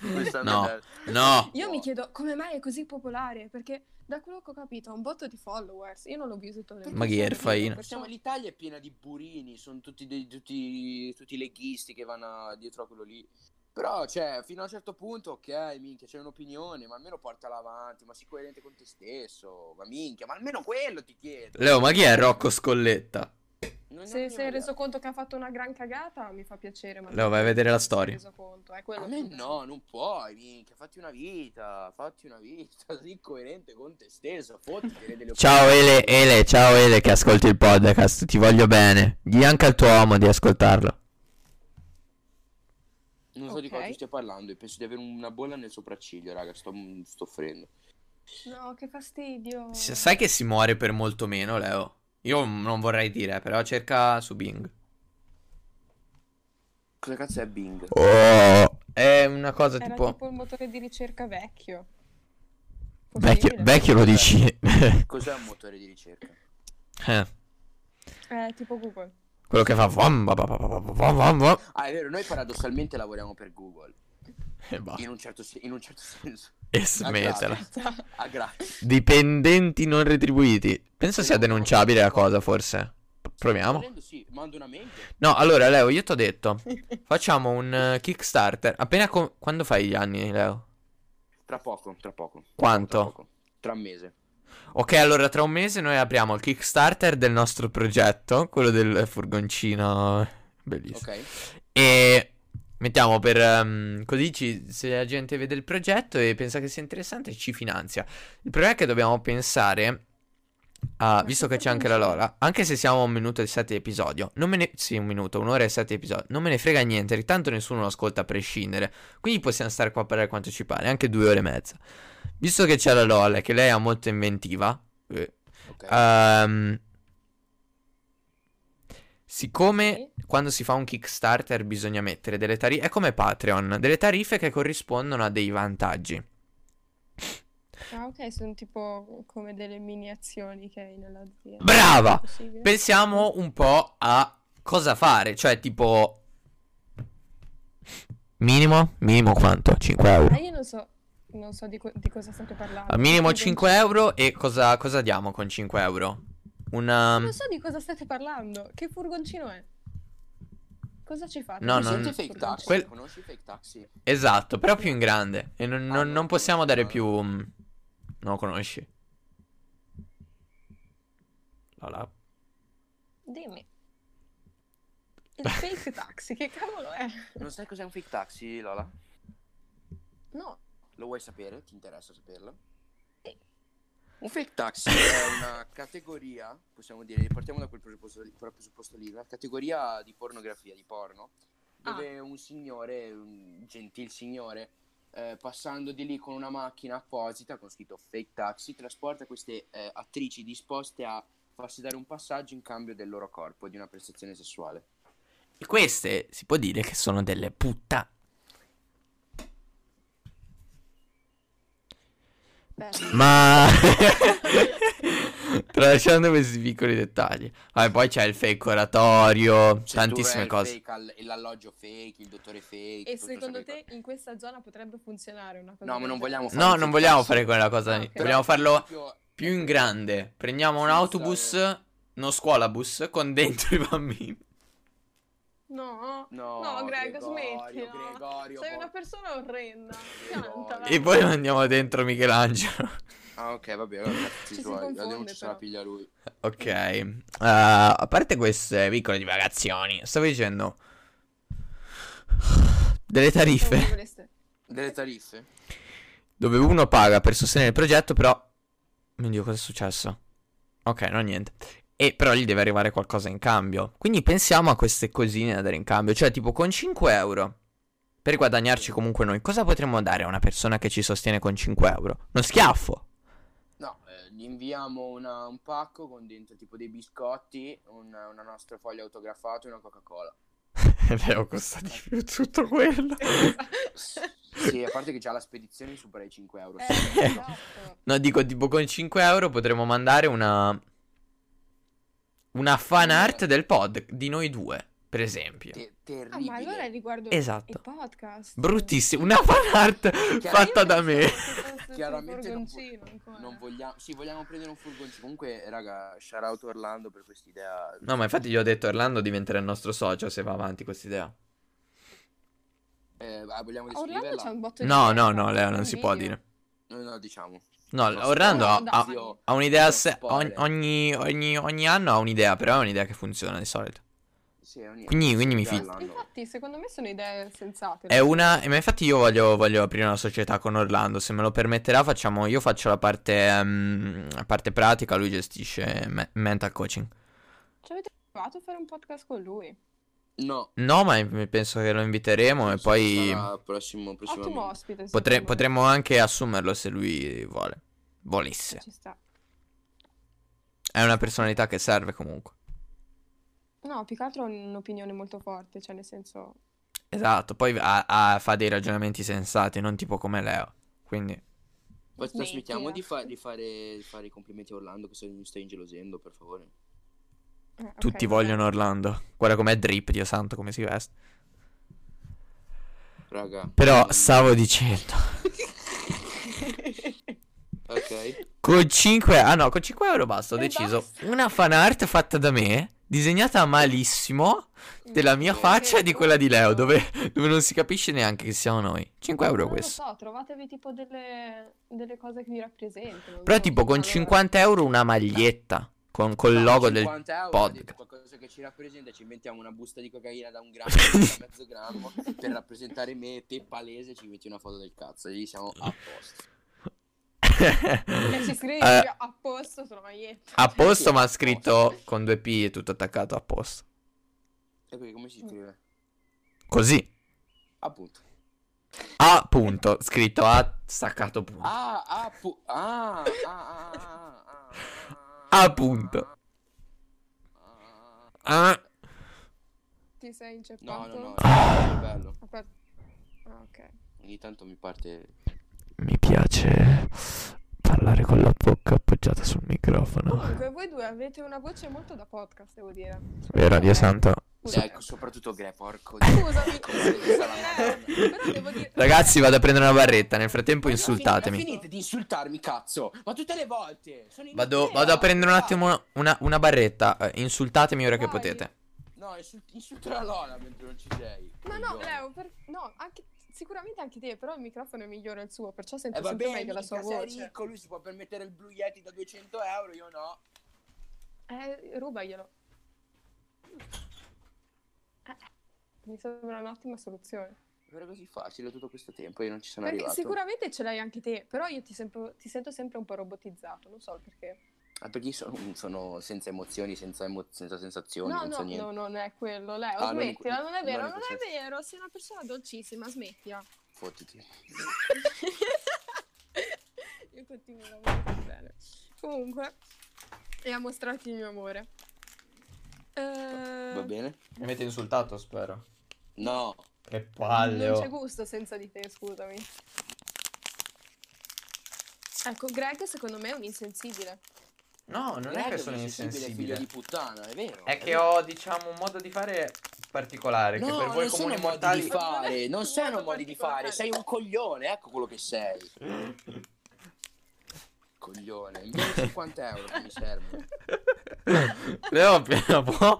Questa è
No,
una-
no.
Io mi chiedo come mai è così popolare, perché da quello che ho capito ha un botto di followers. Io non l'ho visto tutto
Ma chi è il faina?
Cioè,
Siamo- Diciamo, L'Italia è piena di burini, sono tutti, dei- tutti, tutti leghisti che vanno a- dietro a quello lì. Però, cioè, fino a un certo punto, ok, minchia, c'è un'opinione, ma almeno portala avanti, ma sii coerente con te stesso, ma minchia, ma almeno quello ti chiedo.
Leo, ma chi è Rocco Scolletta?
Non ne ho
Se
minima
si è
idea.
reso conto che ha fatto una gran cagata, mi fa piacere. Ma
Leo, vai a vedere la
non si è
story.
reso conto, è quello
A me
che-
no, non puoi, minchia, fatti una vita, fatti una vita, sii coerente con te stesso, fottiti delle opinioni.
Ciao Ele, Ele, ciao Ele che ascolti il podcast, ti voglio bene. Dì anche al tuo uomo di ascoltarlo.
Non so di
Ok.
cosa stia parlando, io penso di avere una bolla nel sopracciglio, raga, sto, sto offrendo.
No, che fastidio.
S- Sai che si muore per molto meno, Leo? Io m- non vorrei dire, però cerca su Bing.
Cosa cazzo è Bing?
Oh, è una cosa
Era
tipo...
tipo il motore di ricerca vecchio.
Vecchio,
Possibile?
vecchio lo dici...
Cos'è un motore di ricerca?
Eh,
Eh, tipo Google.
Quello che fa... vom, va, va, va, va, va, va, va, va.
Ah, è vero, noi paradossalmente lavoriamo per Google,
E va.
in un certo, se- in un certo senso. Ah,
E
A
smetterla.
gratis. A gratis.
Dipendenti non retribuiti. Penso sia denunciabile la cosa, forse. P- Proviamo.
Volendo, sì, mando una mail.
No, allora Leo, io ti ho detto, facciamo un eh, Kickstarter. Appena com- quando fai gli anni, Leo?
Tra poco, tra poco. Tra,
Quanto?
poco. Tra un mese.
Ok, allora tra un mese noi apriamo il Kickstarter del nostro progetto, quello del furgoncino bellissimo.
Ok.
E mettiamo per ehm, così ci- se la gente vede il progetto e pensa che sia interessante ci finanzia. Il problema è che dobbiamo pensare a,
Ma
visto che
che
c'è anche la
furgoncino?
Lola, anche se siamo a un minuto e sette episodio, non me ne sì, un minuto, un'ora e sette episodi, non me ne frega niente, tanto nessuno lo ascolta a prescindere. Quindi possiamo stare qua a parlare quanto ci pare, anche due ore e mezza. Visto che c'è la Lola e che lei è molto inventiva, eh,
ok.
Ehm, siccome
Sì.
quando si fa un Kickstarter bisogna mettere delle tariffe, è come Patreon, delle tariffe che corrispondono a dei vantaggi.
Ah, ok, sono tipo come delle mini azioni che hai nell'azienda.
Brava!
Possibile?
Pensiamo un po' a cosa fare, cioè tipo... Minimo? Minimo quanto? 5
Ma
euro.
Ah, io non so, non so di, co- di cosa state parlando.
Al minimo
Furgoncino.
5 euro e cosa, cosa diamo con 5 euro? Una...
Non so di cosa state parlando. Che furgoncino è? Cosa ci fate?
No,
Voi
no,
siete
no.
Presente
non-
fake
furgoncini?
taxi?
Quel-
Conosci fake taxi?
Esatto, però più in grande. E non,
Ah,
non-
no,
non
no,
possiamo dare
no.
più. mm, Non lo conosci. Lola.
Dimmi. Il fake taxi, che cavolo è?
Non sai cos'è un fake taxi, Lola?
No,
Lo vuoi sapere? Ti interessa saperlo?
Sì.
Un fake taxi è una categoria, possiamo dire, partiamo da quel presupposto, quel presupposto lì, una categoria di pornografia, di porno,
Ah.
dove un signore, un gentil signore, eh, passando di lì con una macchina apposita con scritto fake taxi, trasporta queste eh, attrici disposte a farsi dare un passaggio in cambio del loro corpo, di una prestazione sessuale.
E queste si può dire che sono delle putta.
Beh,
Ma tralasciando questi piccoli dettagli, vabbè, poi c'è il fake oratorio,
Cioè,
tantissime
tu vai al
cose.
fake, al- e l'alloggio fake, il dottore fake.
e
tutto
secondo
sapete.
te in questa zona potrebbe funzionare una cosa
No, ma non
del
vogliamo
genere?
No, non vogliamo fare quella
Ah,
cosa lì.
ok.
Vogliamo
Però,
farlo
per esempio,
più in grande. Prendiamo un
Sì,
autobus, uno scuolabus con dentro i bambini.
No,
No,
no, Greg,
Gregorio,
smettila.
Gregorio,
Sei
boh.
Cioè, una persona orrenda.
Gregorio.
Piantala.
E poi mandiamo dentro Michelangelo.
Ah, ok, vabbè, allora cazzi
Ci si
suoi, la
confonde,
denuncia se la
però.
piglia lui.
Ok, eh, a parte queste piccole divagazioni, stavo dicendo delle
Come
tariffe
voleste.
Delle tariffe?
dove uno paga per sostenere il progetto, però... Mio Dio, cosa è successo? Ok, no, niente. E però gli deve arrivare qualcosa in cambio. Quindi pensiamo a queste cosine da dare in cambio. Cioè, tipo, con 5 euro, per guadagnarci comunque noi, cosa potremmo dare a una persona che ci sostiene con 5 euro? Uno schiaffo.
No, eh, gli inviamo una- un pacco con dentro tipo dei biscotti, una, una nostra foglia autografata e una Coca-Cola.
Però costa di più tutto quello.
Eh,
Sì, a parte che già la spedizione supera i 5 euro.
Eh,
sì.
esatto.
No, dico, tipo con 5 euro potremmo mandare una. Una fan art del pod di noi due, per esempio.
Te-
Ah, ma allora
terribile.
riguardo
Esatto.
il podcast. Eh,
Bruttissima, una fan art
Chiaro-
fatta da
Io
me.
pensavo che fosse
Chiaramente
un
non,
furgoncino
vo-
ancora.
non vogliamo... Sì, vogliamo prendere un furgoncino. Comunque, raga, shout out Orlando per quest'idea.
No, ma infatti gli ho detto, Orlando diventerà il nostro socio se va avanti questa idea.
Eh, ah, vogliamo
A Orlando
descriverla?
c'è un botto di
No, no,
gente,
no, Leo, non
un
si può
video.
dire.
No, no, diciamo.
No,
No,
Orlando
no,
ha,
dai.
ha-
Zio,
ha un'idea.
no,
se- ogni,
spoiler.
ogni, ogni- ogni anno ha un'idea, però è un'idea che funziona di solito.
Sì, è un-
Quindi- quindi mi
Già
fido.
l'hanno-
Infatti, secondo me sono idee sensate.
È una. e Ma infatti io voglio, voglio aprire una società con Orlando. Se me lo permetterà, facciamo. Io faccio la parte, ehm, la parte pratica, lui gestisce me- mental coaching.
Ci avete provato a fare un podcast con lui?
No.
No, ma eh, penso che lo inviteremo e poi
Sarà prossimo, prossimamente.
Ottimo ospite.
potre-
secondo me.
potremmo anche assumerlo se lui vuole. Volesse.
Ci sta.
È una personalità che serve comunque.
No, più che altro ho un'opinione molto forte, cioè nel senso...
Esatto, poi ha- ha- fa dei ragionamenti sensati, non tipo come Leo. Quindi.
Poi
Smettila.
smettiamo di, fa- di fare, di fare i complimenti a Orlando, che se mi stai ingelosendo, per favore.
eh, ok,
Tutti
vabbè.
vogliono Orlando. Guarda com'è drip, Dio santo, come si veste.
Raga.
Però
mm,
stavo dicendo.
Ok.
Con 5 Ah no, con 5 euro basta. Ho
E
deciso
basta.
una fan art fatta da me, disegnata malissimo, della mia
Che
faccia e di quella di Leo,
brutto.
dove, dove non si capisce neanche che siamo noi. 5 euro
Eh, Non lo
questo.
so, trovatevi tipo delle, delle cose che vi rappresentano.
Però
no?
tipo con
Allora,
50 euro una maglietta con col
No,
logo del...
50 euro,
podcast.
detto Qualcosa che ci rappresenta, ci inventiamo una busta di cocaina da un grammo, da mezzo grammo, per rappresentare me, te palese, ci metti una foto del cazzo. E lì siamo a posto.
E ci scrivi
Eh,
proprio a posto sulla maglietta.
a posto ma ha
a
scritto con due P e tutto attaccato a posto.
E poi come si scrive?
Così.
Appunto.
A punto. Scritto A staccato punto.
Ah, ah, pu- ah, ah, ah, ah, ah, ah,
Appunto.
ah, ah.
Ah.
Ti sei
No,
inceppato?
no, no, è bello.
Aspetta. Ah, ok.
Ogni tanto mi parte
Mi piace parlare con la bocca appoggiata sul microfono.
Comunque, voi due avete una voce molto da podcast, devo dire.
Vero, Dio santo.
Scusa.
Ecco, soprattutto Gre, porco
Scusami.
Scusami.
Eh, però devo dire...
Ragazzi, vado a prendere una barretta. Nel frattempo,
Ma
insultatemi.
finite di insultarmi, cazzo. Ma tutte le volte. Sono in
Vado,
Ikea.
vado a prendere un attimo una, una barretta. eh, insultatemi ora che
Vai.
potete.
Ah, No, insult- insulta la Lola mentre non ci sei. Eh,
Ma no,
coglione.
Leo, per- no, anche- sicuramente anche te, però il microfono è migliore il suo, perciò sento
Eh va
sempre
bene,
meglio la sua
Sei
voce.
ricco, lui si può permettere il Blue Yeti da 200 euro, io no.
Eh, rubaglielo. Eh, Mi sembra un'ottima soluzione.
Era così facile tutto questo tempo, io non ci sono
Perché
arrivato.
sicuramente ce l'hai anche te, però io ti, sempro- ti sento sempre un po' robotizzato, non so il perché.
Ah, perché io sono, sono senza emozioni, senza, emo- senza sensazioni,
No,
non
no,
so niente.
no, non è quello, Leo,
Ah, non in que-
smettila, non è vero,
non
non,
in
è
quel
vero, sei una persona dolcissima, smettila.
Fottiti.
Io continuo a lavorare bene. Comunque, e a mostrarti il mio amore. Eh,
Va bene?
Mi avete insultato, spero.
No.
Che oh.
Non c'è gusto senza di te, scusami. Ecco, Greg secondo me è un insensibile.
No, non è
Greg
che sono
un insensibile figlio di
insensibile.
puttana, è vero.
È che ho, diciamo, un modo di fare particolare.
No,
che per voi
non sono
comuni
modi
mortali.
di fare, non sono modi di fare, sei un coglione, ecco quello che sei. Coglione, inviami 50 euro che mi servono.
Leo piano po'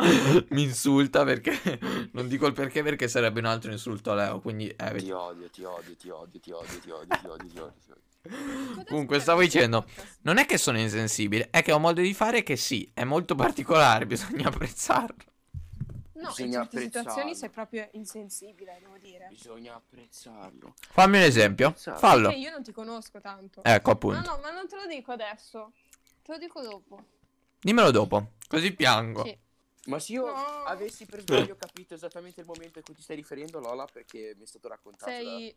mi insulta perché non dico il perché perché sarebbe un altro insulto a Leo, quindi eh, vedi.
Ti odio, ti odio, ti odio, ti odio, ti odio, ti odio, ti odio. ti odio.
Comunque stavo dicendo, non è che sono insensibile, è che ho un modo di fare che sì, è molto particolare, bisogna apprezzarlo.
No, in
bisogna
certe situazioni
apprezzarlo.
sei proprio insensibile, devo dire.
Bisogna apprezzarlo.
Fammi un esempio, fallo.
Perché io non ti conosco tanto.
Ecco
No,
appunto,
no, ma non te lo dico adesso. Te lo dico dopo.
dimmelo dopo, così piango.
Sì.
Ma se io
No.
avessi per sbaglio capito esattamente il momento a cui ti stai riferendo, Lola, perché mi è stato raccontato. da-
Sei,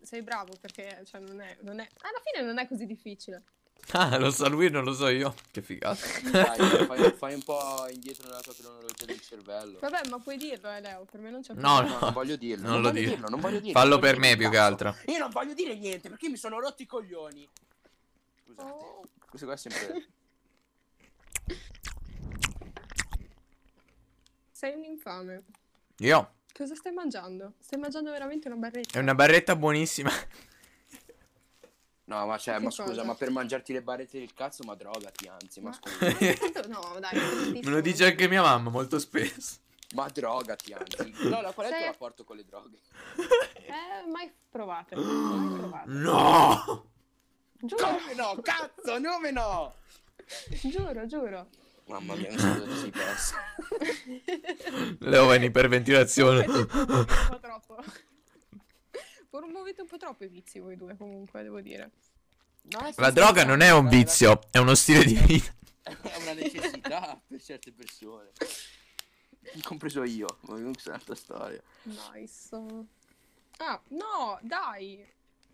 sei bravo perché cioè, non, è, non è- Alla fine non è così difficile.
Ah, lo sa lui, non lo so io. Che figata.
Dai, fai, fai un po' indietro nella tua cronologia del cervello.
Vabbè, ma puoi dirlo, eh, Leo. Per me non c'è
No,
No, non voglio dirlo.
Non lo
voglio
dire.
dirlo, non voglio dirlo.
Fallo
non voglio
per me
dire
più che
cazzo.
altro.
Io non voglio dire niente perché mi sono rotti i coglioni. Scusate,
Oh.
questo qua è sempre.
Sei un infame.
Io,
Cosa stai mangiando? Stai mangiando veramente una barretta.
è una barretta buonissima.
No, ma, cioè,
Che
ma
cosa?
scusa, ma per mangiarti le barrette del cazzo, ma drogati anzi, ma,
Ma-
scusa.
No, dai.
Me lo dice anche mia mamma molto spesso.
ma drogati anzi. Lola, qual è il tuo
Sei-
rapporto con le droghe?
Eh, mai provate. Mai provate.
No!
Giuro,
Come no? Cazzo, nome no!
giuro, giuro.
Mamma mia, non so cosa ti sei perso.
Leo va in iperventilazione.
un po' troppo. Promuovete un po' troppo i vizi voi due, comunque, devo dire.
La droga non è un vizio, è uno stile di vita.
È una necessità per certe persone. Compreso io, ma non so un'altra storia.
Nice. Ah, no, dai.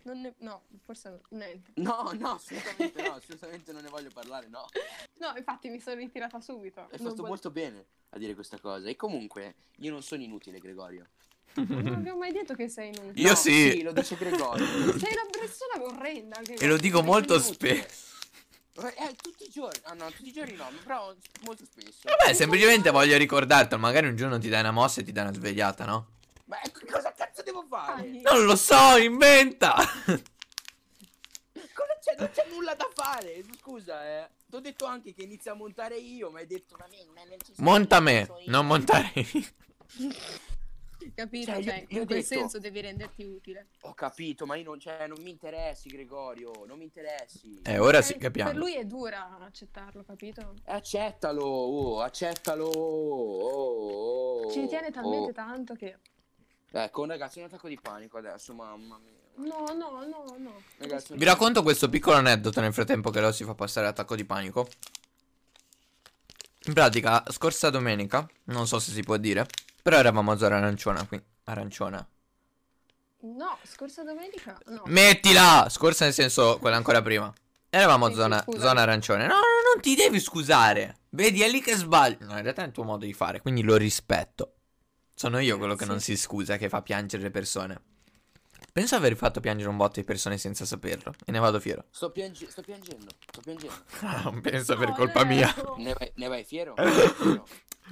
Non ne- No, forse no- niente.
No, no, assolutamente no, assolutamente non ne voglio parlare, no.
No, infatti mi sono ritirata subito.
Hai
Non
fatto
vo-
molto bene a dire questa cosa. E comunque, io non sono inutile, Gregorio.
Non abbiamo mai detto che sei inutile.
Io
No,
sì.
sì, lo dice Gregorio.
Sei una Cioè, persona orrenda. anche
E lo
guarda.
dico molto
inutile.
spesso.
Eh, tutti i giorni, ah no, tutti i giorni no, però molto spesso.
Vabbè, semplicemente voglio ricordartelo. Magari un giorno ti dai una mossa e ti dai una svegliata, no?
Ma ecco, cosa cazzo devo fare?
Dai.
Non lo so, inventa!
Cosa c'è? Non c'è nulla da fare. Scusa, eh. Ti ho detto anche che inizio a montare io, ma hai detto "Ma me, non è necessario,
Monta me,
sono io".
non montare io.
Capito?
Cioè,
Cioè,
io- io ho
in quel
detto-
senso devi renderti utile.
Ho capito, ma io non, cioè, non mi interessi, Gregorio. Non mi interessi.
Eh, ora sì,
Eh, Per
capiamo.
lui è dura accettarlo, capito?
Eh, Accettalo, oh, accettalo. oh, oh,
Ci tiene talmente
oh.
tanto che...
Ecco, ragazzi, un attacco di panico adesso, mamma mia.
No, no, no, no.
Ragazzi,
Vi racconto questo piccolo aneddoto nel frattempo che Leo si fa passare attacco di panico. In pratica, scorsa domenica, non so se si può dire, però eravamo a zona aranciona qui. Aranciona.
No, scorsa domenica... No.
Mettila! Scorsa nel senso, quella ancora prima. Eravamo a
Sì, sì,
zona,
scusa.
zona arancione. No, no, non ti devi scusare. Vedi, è lì che sbaglio. No, in realtà è il tuo modo di fare, quindi lo rispetto. Sono io quello che
Sì.
non si scusa, che fa piangere le persone. Penso aver fatto piangere un botto di persone senza saperlo. E ne vado fiero.
Sto, piange- sto piangendo, sto piangendo.
non penso
No,
Ah, per colpa
Leo.
mia.
Ne vai, ne vai fiero?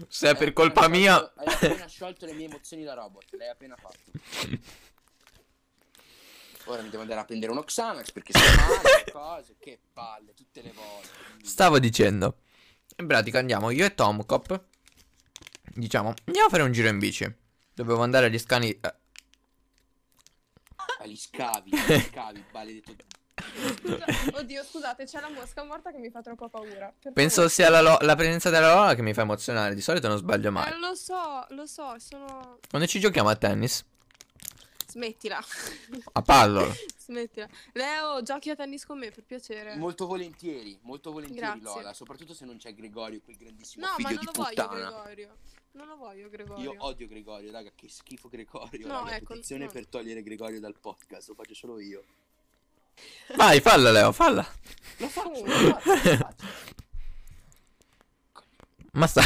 Se è
Hai
per
appena
colpa
sciolto-
mia.
Hai appena sciolto le mie emozioni da robot. L'hai appena fatto. Ora mi devo andare a prendere uno Xanax perché sono male, le cose, che palle, tutte le volte.
Stavo dicendo. In pratica andiamo io e Tomcop. Diciamo, andiamo a fare un giro in bici. Dovevo andare agli scani. eh,
Ah, li scavi, li scavi, maledetto.
Scusa- Oddio, scusate, c'è la mosca morta che mi fa troppo paura. Per
Penso
favore.
sia la, lo- la presenza della Lola che mi fa emozionare. Di solito non sbaglio
Eh,
mai.
lo so, lo so, sono...
Quando ci giochiamo a tennis,
Smettila.
a pallo.
Smettila. Leo, giochi a tennis con me, per piacere.
Molto volentieri, molto volentieri
Grazie.
Lola, soprattutto se non c'è Gregorio, quel grandissimo
no, ma
figlio di
non lo voglio
puttana.
Gregorio. Non lo voglio Gregorio.
Io odio Gregorio, raga, che schifo Gregorio.
No,
raga,
ecco,
petizione
no.
per togliere Gregorio dal podcast, lo faccio solo io.
Vai, falla, Leo, falla.
Lo faccio, lo faccio, lo faccio.
Ma sta.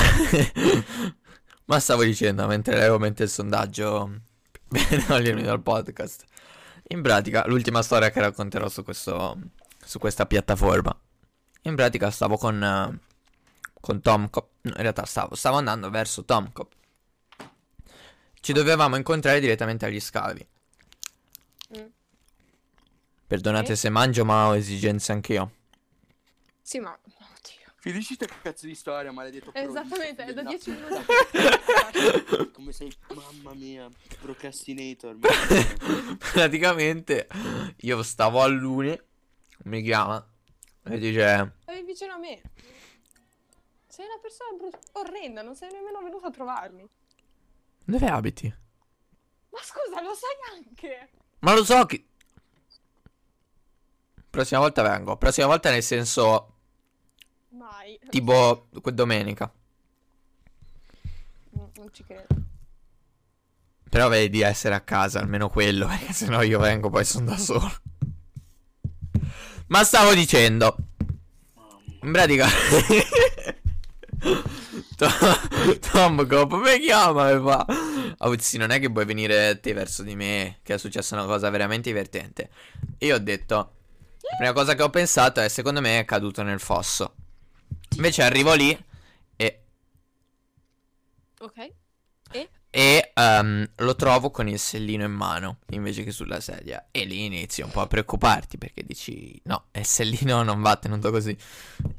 Ma stavo dicendo mentre Leo mette il sondaggio per togliermi dal podcast. In pratica, l'ultima storia che racconterò su questo, su questa piattaforma. In pratica stavo con, eh, con Tomcop. No, in realtà stavo, stavo andando verso Tomcop. Ci dovevamo incontrare direttamente agli scavi.
Mm.
Perdonate
Ok.
se mangio, ma ho esigenze anch'io.
Sì, ma... Oddio.
Finisci te cazzo di storia, maledetto prolisso,
Esattamente, è
figlio
da
di
10
una-
minuti.
Come sei, mamma mia, procrastinator.
Praticamente io stavo a Lune, mi chiama e dice
Stavi vicino a me. Sei una persona brut- orrenda, non sei nemmeno venuto a trovarmi.
dove abiti?
Ma scusa, lo sai anche!
Ma lo so che... Prossima volta vengo, prossima volta nel senso
Mai.
tipo que- domenica.
Mm, Non ci credo.
Però vedi di essere a casa, almeno quello, perché se no io vengo poi sono da solo. Ma stavo dicendo, in pratica... To- Tom Cop mi chiama e fa Auzzi non è che puoi venire te verso di me Che è successa una cosa veramente divertente E io ho detto La prima cosa che ho pensato è secondo me è caduto nel fosso Invece arrivo lì E
Ok.
e ehm, lo trovo con il sellino in mano invece che sulla sedia. E lì inizi un po' a preoccuparti perché dici: No, è il sellino non va tenuto così.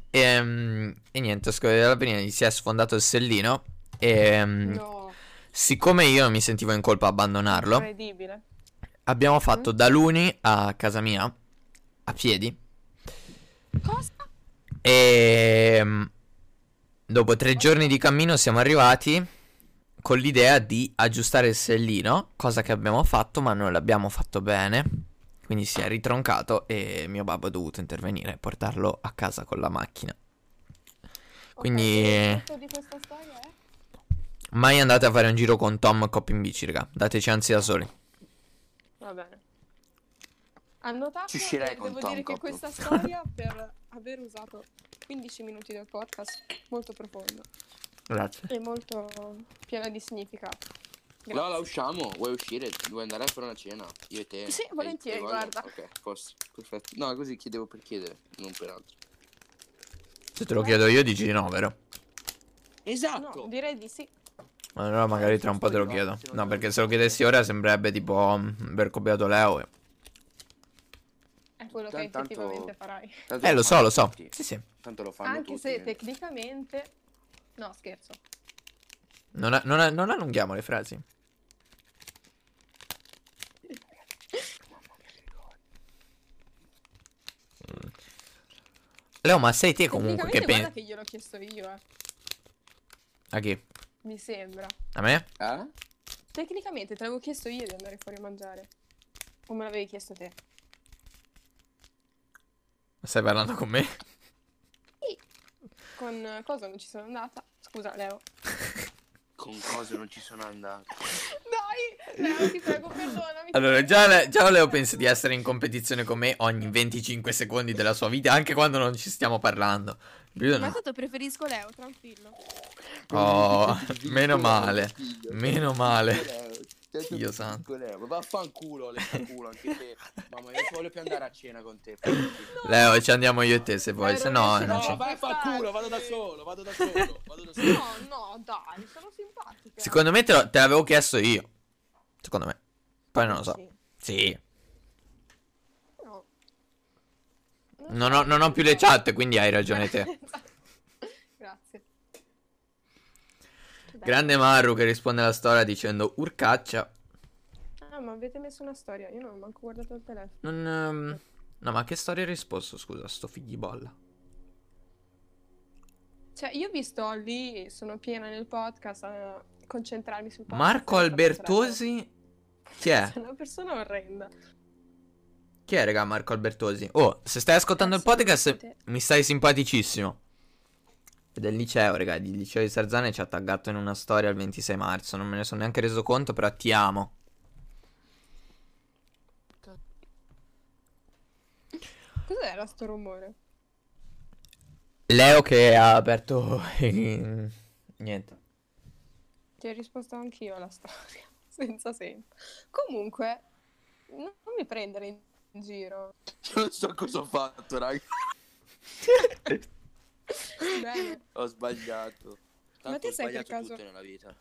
Ehm, E, niente, ho scoperto alla prima gli si è sfondato il sellino. E
Mm.
ehm,
No,
siccome io mi sentivo in colpa a abbandonarlo,
incredibile.
abbiamo fatto da Luni a casa mia a piedi.
Cosa?
E mm, dopo tre giorni di cammino siamo arrivati con l'idea di aggiustare il sellino, cosa che abbiamo fatto, ma non l'abbiamo fatto bene. Quindi si è ritroncato e mio babbo ha dovuto intervenire e portarlo a casa con la macchina.
Ok,
Quindi-
eh,
il punto di questa storia è...
Mai andate a fare un giro con Tom Cop in bici, raga. Dateci anzi da soli.
Va bene. Annotato
Ci uscirei
e
con
devo
Tom
dire che
Cotton.
questa storia per aver usato 15 minuti del podcast molto profondo
Grazie.
e molto piena di significato. Grazie.
No, la usciamo. Vuoi uscire? Vuoi andare a fare una cena? Io e te.
Sì,
Hai-
volentieri,
hai voglia?
guarda.
Ok, posso. Perfetto. No, così chiedevo per chiedere, non per altro.
Se te lo chiedo io dici di no, vero?
Esatto.
No, direi di sì.
Allora magari tra un po' te lo chiedo. No, perché se lo chiedessi ora sembrerebbe tipo mm, aver copiato Leo. e-
È quello che
Tan- tanto-
effettivamente farai.
Tanto
Eh, lo so,
fanno
lo so.
tutti.
Sì, sì.
Tanto lo fanno
Anche
tutti,
se
quindi.
tecnicamente... No, scherzo.
Non, a- non a- non allunghiamo le frasi. Leo, ma sei te comunque che
tecnicamente guarda
pensi.
che gliel'ho chiesto io, eh.
A chi?
mi sembra.
A me?
Eh?
Tecnicamente te l'avevo chiesto io di andare fuori a mangiare. O me l'avevi chiesto te?
Stai parlando con me?
Con eh, cosa non ci sono andata? Scusa, Leo.
Con cose non ci sono andato.
Dai, Leo, ti prego, perdonami.
Allora, già, Le- già Leo pensa di essere in competizione con me ogni 25 secondi della sua vita, anche quando non ci stiamo parlando. Io
Ma
no.
tanto preferisco Leo, tranquillo.
Oh, meno male. Meno male.
cioè.
Dio
Io
santo.
Ma vaffanculo, le culo anche te. Mamma mia, io voglio più andare a cena con te.
Leo, ci andiamo io e te se vuoi,
Leo,
se no.
riesci-
non
No,
ci-
c'è.
vai a far culo, vado da solo, vado da solo, vado da solo.
No, no, dai, sono simpatica.
Secondo me te, lo- te l'avevo chiesto io. Secondo me. Poi non lo so. Sì.
No.
Non ho, non ho più le chat, quindi hai ragione te.
Grazie. Dai.
Grande Maru che risponde alla storia dicendo urcaccia.
Ah, ma avete messo una storia, io non ho manco guardato il telefono.
Non, ehm, No, ma a che storia hai risposto? Scusa, sto figli bolla.
Cioè, io vi sto lì, sono piena nel podcast, a concentrarmi sul podcast.
Marco Albertosi. Chi è?
Sono una persona orrenda.
Chi è, raga, Marco Albertosi? Oh, se stai ascoltando il podcast, mi stai simpaticissimo. È del liceo, raga. Il liceo di Sarzane ci ha taggato in una storia il 26 marzo. Non me ne sono neanche reso conto, però ti amo.
Cos'era sto rumore?
Leo che ha aperto. Niente.
Ti ho risposto anch'io alla storia, senza senso. Comunque, no- non mi prendere in in giro.
Non so cosa ho fatto, raga.
Bene.
Ho sbagliato. Tanto
Ma te
ho
sai per
sbagliato
caso-
tutto nella vita.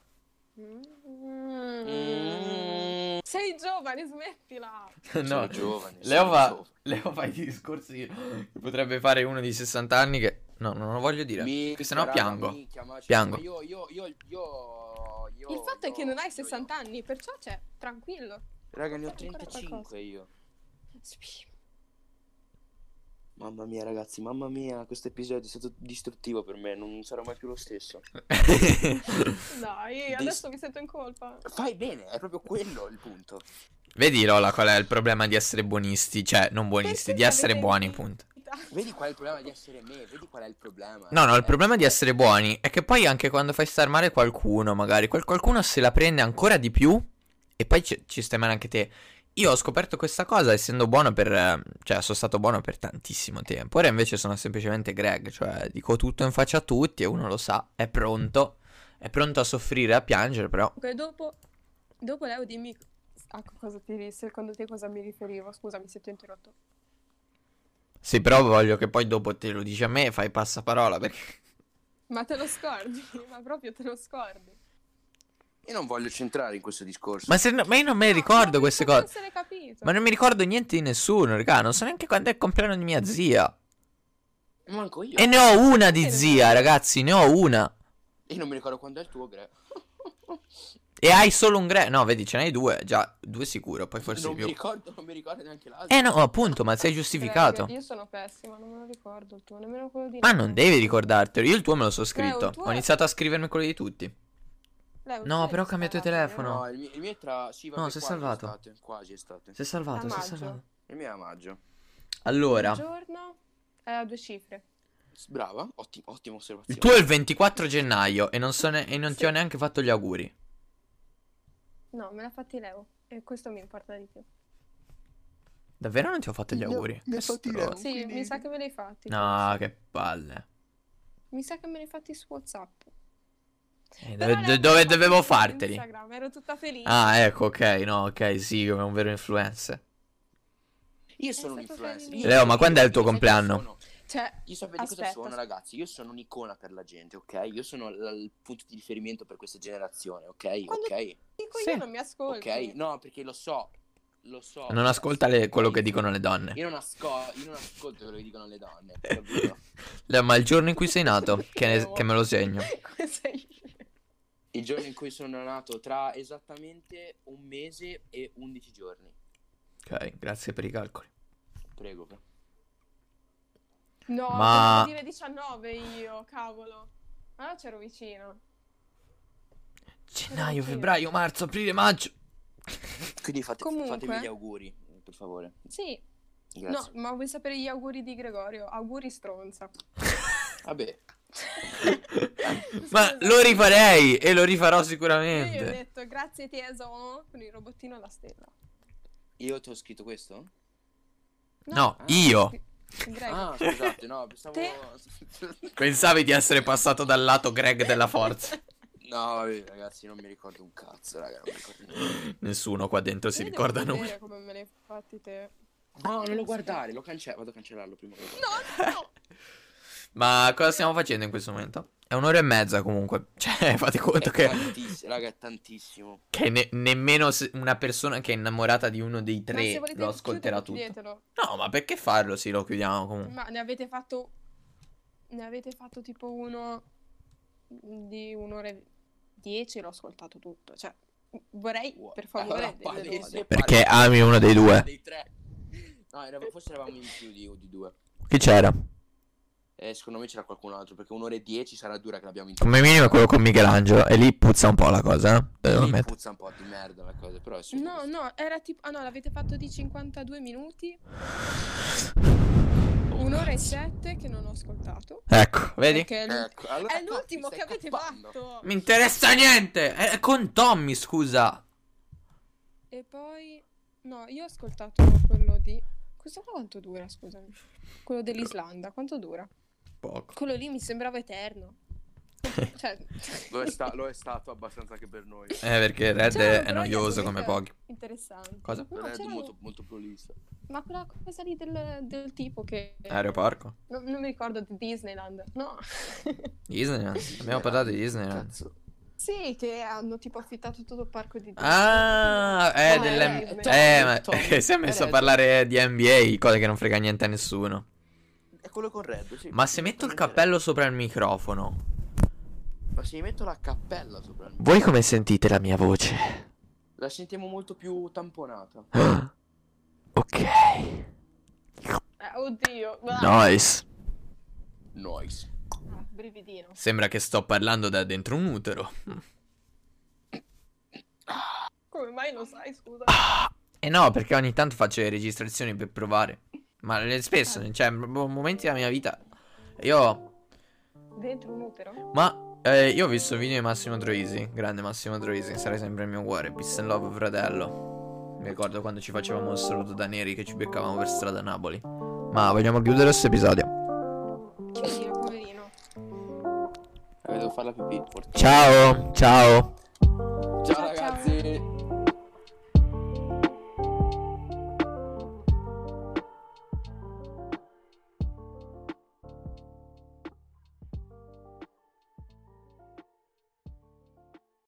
Mm. Sei giovane, smettila.
Sono giovane.
Leo
sono
fa,
giovane.
Leo fa i discorsi che potrebbe fare uno di 60 anni che... No, non lo voglio dire.
Minchia,
Che sennò
raga,
piango.
minchia, ma cioè,
Piango.
ma Io, io, io, io, io-
Il fatto è
io-
che non hai
io-
60 anni, perciò c'è, tranquillo.
Raga, ne ho
Ancora
35
qualcosa.
io.
Spi-
Mamma mia, ragazzi, mamma mia, questo episodio è stato distruttivo per me, non sarò mai più lo stesso.
Dai,
Dis-
adesso mi sento in colpa.
Fai bene, è proprio quello il punto.
Vedi Lola qual è il problema di essere buonisti, cioè non buonisti,
Perché
di
mi
essere
avete
buoni
invitato?
punto.
Vedi qual è il problema di essere me, vedi qual è il problema.
No, no,
Eh,
il problema di essere buoni è che poi anche quando fai star male qualcuno, magari quel qualcuno se la prende ancora di più e poi ci, ci stai male anche te. Io ho scoperto questa cosa essendo buono per... eh, cioè sono stato buono per tantissimo tempo, ora invece sono semplicemente Greg, cioè dico tutto in faccia a tutti e uno lo sa, è pronto, è pronto a soffrire, a piangere, però...
Comunque dopo, dopo Leo dimmi
A cosa ti, secondo te cosa mi riferivo? Scusami se ti ho interrotto.
Sì, però voglio che poi dopo te lo dici a me e fai passaparola perché...
Ma te lo scordi? Ma proprio te lo scordi?
Io non voglio centrare in questo discorso.
Ma, se no- ma io non me le
No,
ricordo
proprio
queste
perché
cose.
Non se l'è capito.
Ma non mi ricordo niente di nessuno, raga. Non so neanche quando è il compleanno di mia zia.
Manco io.
E ne ho una
Sì,
di
lo so.
zia, ragazzi. Ne ho una.
Io non mi ricordo quando è il tuo, Gre.
E hai solo un gre. No, vedi, ce n'hai due. Già, due sicuro. Poi forse
non
più.
mi ricordo, non mi ricordo neanche l'altro.
Eh no, appunto, ma sei
Greg,
giustificato.
Cioè, io sono pessima, non me lo ricordo il tuo, nemmeno quello di
Ma
Leo.
non devi ricordartelo. Io il tuo me lo so
Leo, il
scritto.
tuo
Ho
è-
iniziato a scrivermi quello di tutti.
Leo, cioè,
No,
tu
però ho
sei
cambiato
sparato, io
telefono.
No, il mio, il mio è tra... Sì, vabbè,
No, si è
quasi
salvato.
estate, quasi estate.
Si è salvato,
A
si è
maggio.
salvato.
Il mio è a maggio.
Allora,
Il giorno è a Eh, due cifre.
S- Brava, ottimo, ottima osservazione.
il tuo è il 24 gennaio. E non, so ne- e non ti
Sì.
ho neanche fatto gli auguri.
No, me l'ha fatti Leo e questo mi importa di più.
Davvero non ti ho fatto gli
No,
auguri?
ne
Che
fatti
stronzo.
Non
Sì,
quindi-
mi sa che me li hai fatti.
No, che palle.
Mi sa che me li hai fatti su WhatsApp.
Eh,
Però
dove,
Leo
do-
me
dove
l'ha fatti
dovevo
su
farteli?
Instagram, ero tutta felice.
Ah, ecco, ok, no, ok, sì, come un vero influencer.
Io sono un
stato
influencer.
carino.
Io-
Leo, ma quando è il tuo
io- io- io sono-
compleanno?
Cioè,
Io sapete cosa
Aspetta,
sono,
aspetta.
ragazzi? Io sono un'icona per la gente, ok? Io sono l- il punto di riferimento per questa generazione, ok?
Quando-
Ok?
dico
Sì.
io non mi ascolti.
Ok? No, perché lo so. Lo so.
Non ascolta le- quello che
dicono
dicono le donne.
Io non, asco- io non ascolto quello che dicono le donne, capito?
Leo, ma il giorno in cui sei nato, che, ne- che me lo segno.
Come sei io?
Il giorno in cui sono nato, tra esattamente un mese e 11 giorni.
Ok, grazie per i calcoli.
Prego.
No,
Ma-
ma... dire 19 io, cavolo. Allora c'ero vicino.
Gennaio, febbraio, marzo, aprile, maggio.
Quindi fate-
Comunque-
fatemi gli auguri, per favore.
Sì,
Grazie.
no, ma vuoi sapere gli auguri di Gregorio? Auguri stronza.
Vabbè,
Ma lo rifarei e lo rifarò
Io gli ho
sicuramente.
detto grazie Tieso con il robottino alla stella.
io ti ho scritto questo?
No,
Ah,
io.
Gregorio.
Ah, scusate, no, pensavo...
Te?
Pensavi di essere passato dal lato Greg della forza.
No, vabbè, ragazzi, non mi ricordo un cazzo, raga, non mi ricordo niente.
Nessuno qua dentro si
Io
ricorda
devo
nulla.
vedere come me ne hai fatti te.
No, non lo guardare, lo cancello, vado a cancellarlo prima. che-
No, no,
Ma cosa stiamo facendo in questo momento? È un'ora e mezza comunque. Cioè, fate conto
È
che...
tantissimo, raga, è tantissimo.
Che ne- nemmeno se- una persona che è innamorata di uno dei
Ma se
tre
volete
lo ascolterà
chiuderlo,
tutto.
chiudetelo.
No, ma perché farlo? Sì, lo chiudiamo comunque.
Ma ne avete fatto ne avete fatto tipo uno mm, di un'ora e dieci, l'ho ascoltato tutto. Cioè, vorrei per favore
Allora,
delle
palese,
due.
Perché
palese.
ami uno dei due.
Dei tre. No, era- forse eravamo in più di, di due.
Chi c'era?
Eh, secondo me c'era qualcun altro, perché un'ora e dieci sarà dura che l'abbiamo in
Come minimo è quello con Michelangelo. E lì puzza un po' la cosa, eh. Devo
Lì
ammettere.
puzza un po' di merda la cosa, però è solo
No,
questo.
no, era tipo ah no, l'avete fatto di 52 minuti. Un'ora e sette che non ho ascoltato.
Ecco, vedi?
Perché è l'ul-
Ecco, allora
è
infatti
l'ultimo
stai
che avete
cappando.
fatto.
Mi interessa niente! È con Tommy, scusa.
E poi no, io ho ascoltato quello di Questo qua quanto dura, scusami? Quello dell'Islanda, quanto dura?
Poco.
Quello lì mi sembrava eterno. Cioè,
Lo è, sta- lo è stato abbastanza anche per noi.
Eh, perché Red
C'era un
è noioso
progetto
come
che-
pochi.
interessante.
Cosa?
No,
Red
c'era-
molto, molto prolissa.
Ma quella cosa lì del, del tipo che...
Aeroparco.
Non, non mi ricordo di Disneyland. No.
Disneyland. eh. Abbiamo parlato di eh. Disneyland.
Cazzo.
sì, che hanno tipo affittato tutto il parco di Disney.
Ah, eh,
Ah,
delle...
Red.
eh, ma
Tom,
perché si è messo a
Red.
parlare di NBA, cosa che non frega niente a nessuno.
È quello con Red, sì.
Ma se metto il
Esattamente.
cappello sopra il microfono,
Ma se gli metto la cappella sopra il
voi come sentite la mia voce?
La sentiamo molto più tamponata.
Ok.
Eh, oddio. guarda,
Nice.
Noise.
Brividino.
Sembra che sto parlando da dentro un utero.
Come mai lo sai, scusa?
E Eh no, perché ogni tanto faccio le registrazioni per provare. Ma le- spesso, cioè, proprio momenti della mia vita. Io.
Dentro un utero?
Ma. eh, io ho visto il video di Massimo Troisi. Grande Massimo Troisi, sarai sempre il mio cuore. Peace and love, fratello. Mi ricordo quando ci facevamo il saluto da neri che ci beccavamo per strada a Napoli. Ma vogliamo chiudere questo episodio.
Chiudilo, poverino.
Eh, devo fare la pipì. forse.
Ciao, ciao.